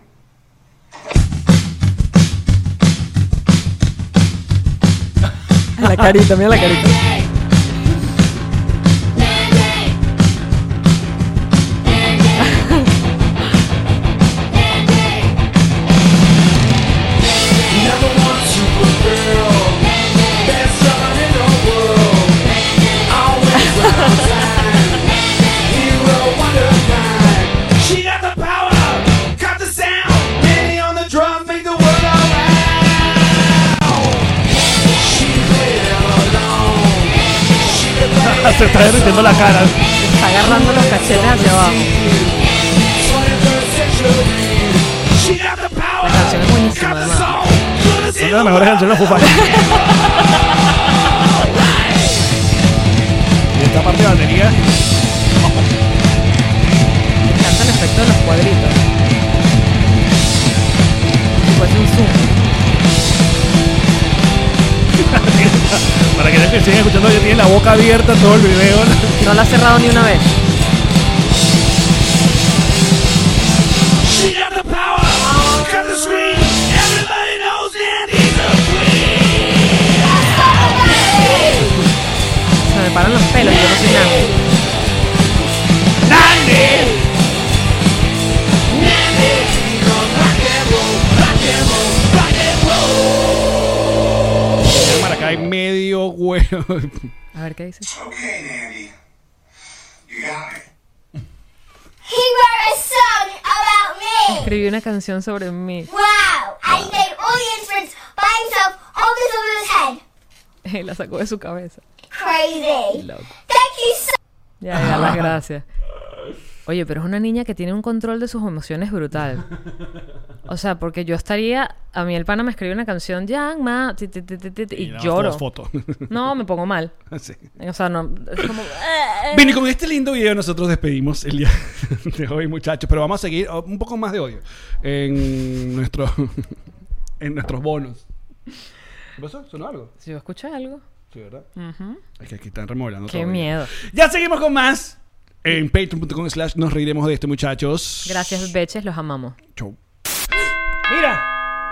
Speaker 2: La carita, mira la carita.
Speaker 6: Number one supergirl, best drummer in the world. Always round time, hero wonderkind. She got the power, got the sound. Manny on the drums make the world go round. She played it all alone. She could play
Speaker 1: se está derritiendo la cara.
Speaker 2: Está agarrando los cachetes hacia abajo.
Speaker 6: 21st century. She got the power,
Speaker 2: canción es buenísima,
Speaker 6: got the
Speaker 2: además.
Speaker 6: soul. Good as
Speaker 1: Una de las mejores canciones de los Foo Fighters. Y esta parte de batería.
Speaker 2: Me encanta el efecto de los cuadritos. Pues
Speaker 1: siguen escuchando, ya tiene la boca abierta todo el video.
Speaker 2: No la ha cerrado ni una vez.
Speaker 6: She got the power. Cut the screen. Everybody knows Andy's a queen.
Speaker 2: Se me paran los pelos, yo no soy nada.
Speaker 6: Andy. Andy, he goes rock and roll, rock and roll, rock and roll.
Speaker 1: En Maracay, medio huevo.
Speaker 2: A ver qué dice.
Speaker 4: Okay, Andy. You got it.
Speaker 5: He wrote a song about me.
Speaker 2: Escribí una canción sobre mí.
Speaker 5: Wow! And he made all the instruments by himself, all this over his head.
Speaker 2: Y la sacó de su cabeza.
Speaker 5: Crazy.
Speaker 2: Loco.
Speaker 5: Thank you so
Speaker 2: Ya, ya, las gracias. Oye, pero es una niña que tiene un control de sus emociones brutal. O sea, porque yo estaría. A mí el pana me escribe una canción, Yang Ma, ti, ti, ti, ti, ti, ti", y,
Speaker 1: nada más
Speaker 2: lloro.
Speaker 1: tomas foto.
Speaker 2: No, me pongo mal.
Speaker 1: Sí.
Speaker 2: O sea, no. Es como. "Eh".
Speaker 1: Bien, y con este lindo video nosotros despedimos el día de hoy, muchachos. Pero vamos a seguir oh, un poco más de odio en, nuestro, en nuestros bonos. ¿Qué pasó? ¿Sonó algo?
Speaker 2: Si yo escucho algo.
Speaker 1: Sí, ¿verdad? Es que aquí están remodelando
Speaker 2: Mm. Qué
Speaker 1: todo.
Speaker 2: miedo.
Speaker 1: Ya seguimos con más en patreon.com slash nos reiremos de esto, muchachos.
Speaker 2: Gracias, Beches, los amamos.
Speaker 1: Chau. Mira,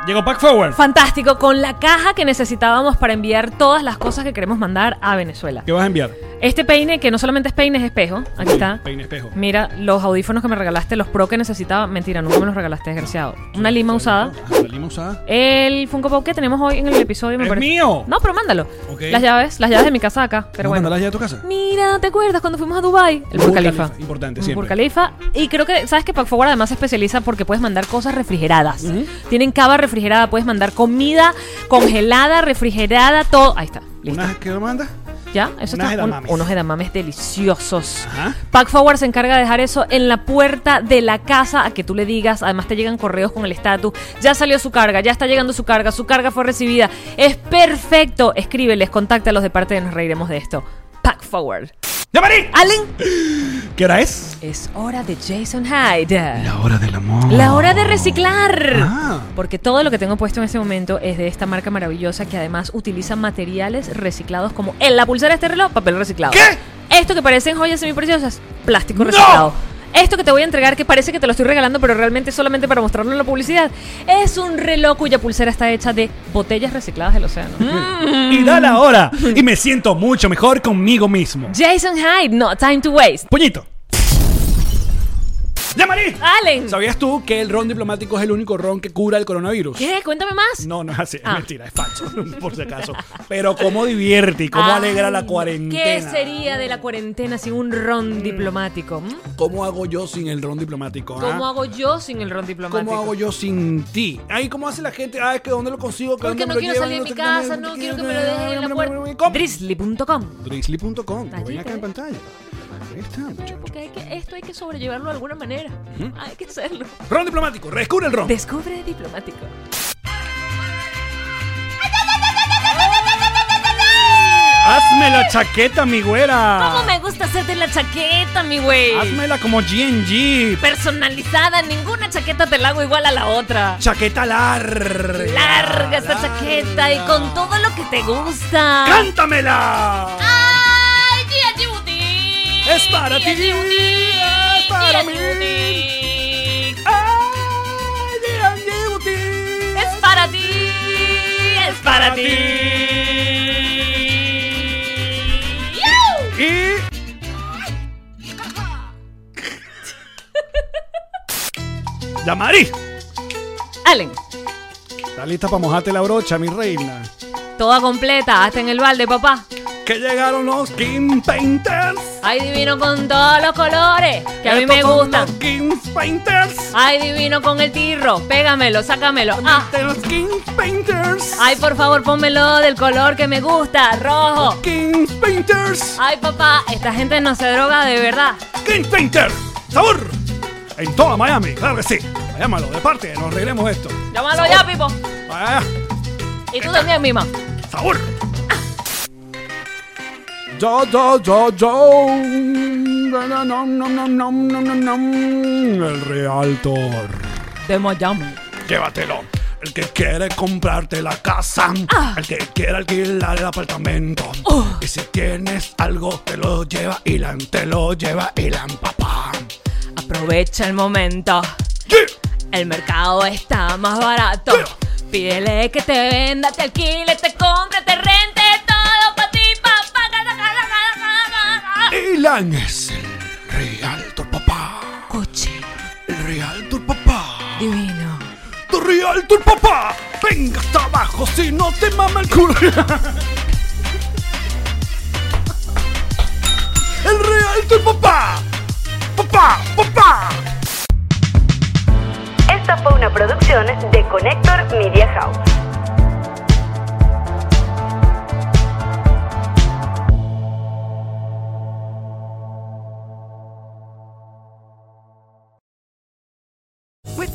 Speaker 1: llegó Pack Forward.
Speaker 2: Fantástico, con la caja que necesitábamos para enviar todas las cosas que queremos mandar a Venezuela.
Speaker 1: ¿Qué vas a enviar?
Speaker 2: Este peine, que no solamente es peine, es espejo. Aquí está.
Speaker 1: Peine espejo.
Speaker 2: Mira, los audífonos que me regalaste, los pro que necesitaba. Mentira, nunca me los regalaste, desgraciado. Una lima usada.
Speaker 1: Ah, la lima usada.
Speaker 2: El Funko Pop que tenemos hoy en el episodio me
Speaker 1: ¡Es
Speaker 2: parece.
Speaker 1: mío!
Speaker 2: No, pero mándalo.
Speaker 1: Ok.
Speaker 2: Las llaves, las llaves de mi casa acá. Pero
Speaker 1: ¿Nos
Speaker 2: bueno.
Speaker 1: mandarás ya a tu casa?
Speaker 2: Mira, ¿te acuerdas cuando fuimos a Dubai? El
Speaker 1: Burj
Speaker 2: Burj
Speaker 1: Khalifa,
Speaker 2: Khalifa.
Speaker 1: importante,
Speaker 2: Un
Speaker 1: siempre.
Speaker 2: Burj Khalifa. Y creo que, ¿sabes que Pack Forward además se especializa porque puedes mandar cosas refrigeradas. Tienen cava refrigerada, puedes mandar comida congelada, refrigerada, todo. Ahí está. Listo.
Speaker 1: ¿Unas que lo mandas?
Speaker 2: ¿Ya?
Speaker 1: Unas
Speaker 2: Eso está. un-
Speaker 1: edamames.
Speaker 2: unos edamames deliciosos.
Speaker 1: Ajá.
Speaker 2: Pack Forward se encarga de dejar eso en la puerta de la casa a que tú le digas. Además, te llegan correos con el estatus. Ya salió su carga, ya está llegando su carga, su carga fue recibida. Es perfecto. Escríbeles, contáctalos de parte de Nos Reiremos de esto. Pack Forward.
Speaker 1: ¡Ya, Marí!
Speaker 2: Allen,
Speaker 1: ¿Qué hora es?
Speaker 2: es hora de Jason Hyde.
Speaker 1: La hora del amor.
Speaker 2: La hora de reciclar.
Speaker 1: Ah.
Speaker 2: Porque todo lo que tengo puesto en este momento es de esta marca maravillosa que además utiliza materiales reciclados como en la pulsera de este reloj, papel reciclado. ¿Qué? Esto que parecen joyas semipreciosas, plástico reciclado. Esto que te voy a entregar, que parece que te lo estoy regalando, pero realmente es solamente para mostrarlo en la publicidad, es un reloj cuya pulsera está hecha de botellas recicladas del océano.
Speaker 1: ¿Mm? Y da la hora. Y me siento mucho mejor conmigo mismo.
Speaker 2: Jason Hyde, no time to waste.
Speaker 1: Puñito. ¡Ya, Marí!
Speaker 2: Allen,
Speaker 1: ¿Sabías tú que el ron diplomático es el único ron que cura el coronavirus?
Speaker 2: ¿qué? Cuéntame más.
Speaker 1: No, no es así, es
Speaker 2: Ah.
Speaker 1: mentira, es falso, por si acaso. Pero cómo divierte y cómo alegra la
Speaker 2: Ay,
Speaker 1: cuarentena.
Speaker 2: Ah, ¿Qué sería de la cuarentena sin un ron diplomático? ¿Mm? ¿m?
Speaker 1: ¿Cómo hago yo sin el ron diplomático? ah?
Speaker 2: ¿Cómo hago yo sin el ron diplomático?
Speaker 1: ¿Cómo hago yo sin ti? Ay, ¿cómo hace la gente? Ah, es que ¿dónde lo consigo? ¿Que dónde
Speaker 2: Porque no
Speaker 1: me lo
Speaker 2: quiero
Speaker 1: llevan?
Speaker 2: salir de mi
Speaker 1: sé qué más,
Speaker 2: casa, no quiero que me lo dejen en la puerta.
Speaker 1: Com-
Speaker 2: Drizzly.com.
Speaker 1: Drizzly.com, lo ven acá en
Speaker 2: Allí,
Speaker 1: pantalla. Ahí está, muchachos.
Speaker 2: Porque hay que, esto hay que sobrellevarlo de alguna manera. Hay que hacerlo.
Speaker 1: Ron diplomático, rescura el ron.
Speaker 2: Descubre diplomático.
Speaker 1: Hazme la chaqueta, mi güera.
Speaker 2: ¿Cómo me gusta hacerte la chaqueta, mi güey?
Speaker 1: Hazmela como GNG.
Speaker 2: Personalizada, ninguna chaqueta te la hago igual a la otra.
Speaker 1: Chaqueta larga.
Speaker 2: Larga esta chaqueta y con todo lo que te gusta.
Speaker 1: ¡Cántamela!
Speaker 2: ¡Ay, Gia Beauty!
Speaker 1: Es para
Speaker 2: Gia
Speaker 1: ti,
Speaker 2: Beauty,
Speaker 1: es para
Speaker 2: Gia
Speaker 1: mí.
Speaker 2: Beauty.
Speaker 1: ¡Ay, G&G Boutique!
Speaker 2: Es para ti, es para ti.
Speaker 1: Y. ¡Ya, Mari!
Speaker 2: Allen,
Speaker 1: ¿Estás lista para mojarte la brocha, mi reina?
Speaker 2: toda completa, hasta en el balde, papá.
Speaker 1: Que llegaron los King Painters.
Speaker 2: Ay, divino con todos los colores que a mí
Speaker 1: Estos
Speaker 2: me
Speaker 1: son
Speaker 2: gustan.
Speaker 1: Los King Painters.
Speaker 2: Ay, divino con el tirro. Pégamelo, sácamelo. Ah,
Speaker 1: De los King Painters.
Speaker 2: ay, por favor, pónmelo del color que me gusta, rojo.
Speaker 1: King Painters.
Speaker 2: Ay, papá, esta gente no se droga de verdad.
Speaker 1: King Painter. Sabor. En toda Miami, claro que sí. Llámalo, de parte, nos reiremos de esto.
Speaker 2: Llámalo ya, Pipo.
Speaker 1: Ah,
Speaker 2: Y tú también, mima.
Speaker 1: sabor. Yo, yo, yo, yo. Na, na, nom, nom, nom, nom, nom, nom, nom. El Realtor.
Speaker 2: De Miami.
Speaker 1: Llévatelo. el que quiere comprarte la casa, el que quiere alquilar el apartamento. Y si tienes algo, te lo lleva Ilan, te lo lleva Ilan, papá.
Speaker 2: Aprovecha el momento. El mercado está más barato. Pídele que te venda, te alquile, te compre, te rente todo para ti, papá.
Speaker 1: Ilan es el realtor, papá.
Speaker 2: Coche
Speaker 1: El realtor, papá.
Speaker 2: divino.
Speaker 1: Tu realtor, papá. Venga hasta abajo si no te mama el culo. El realtor, papá. Papá, papá.
Speaker 7: Esta fue una producción de Connector Media House.
Speaker 8: With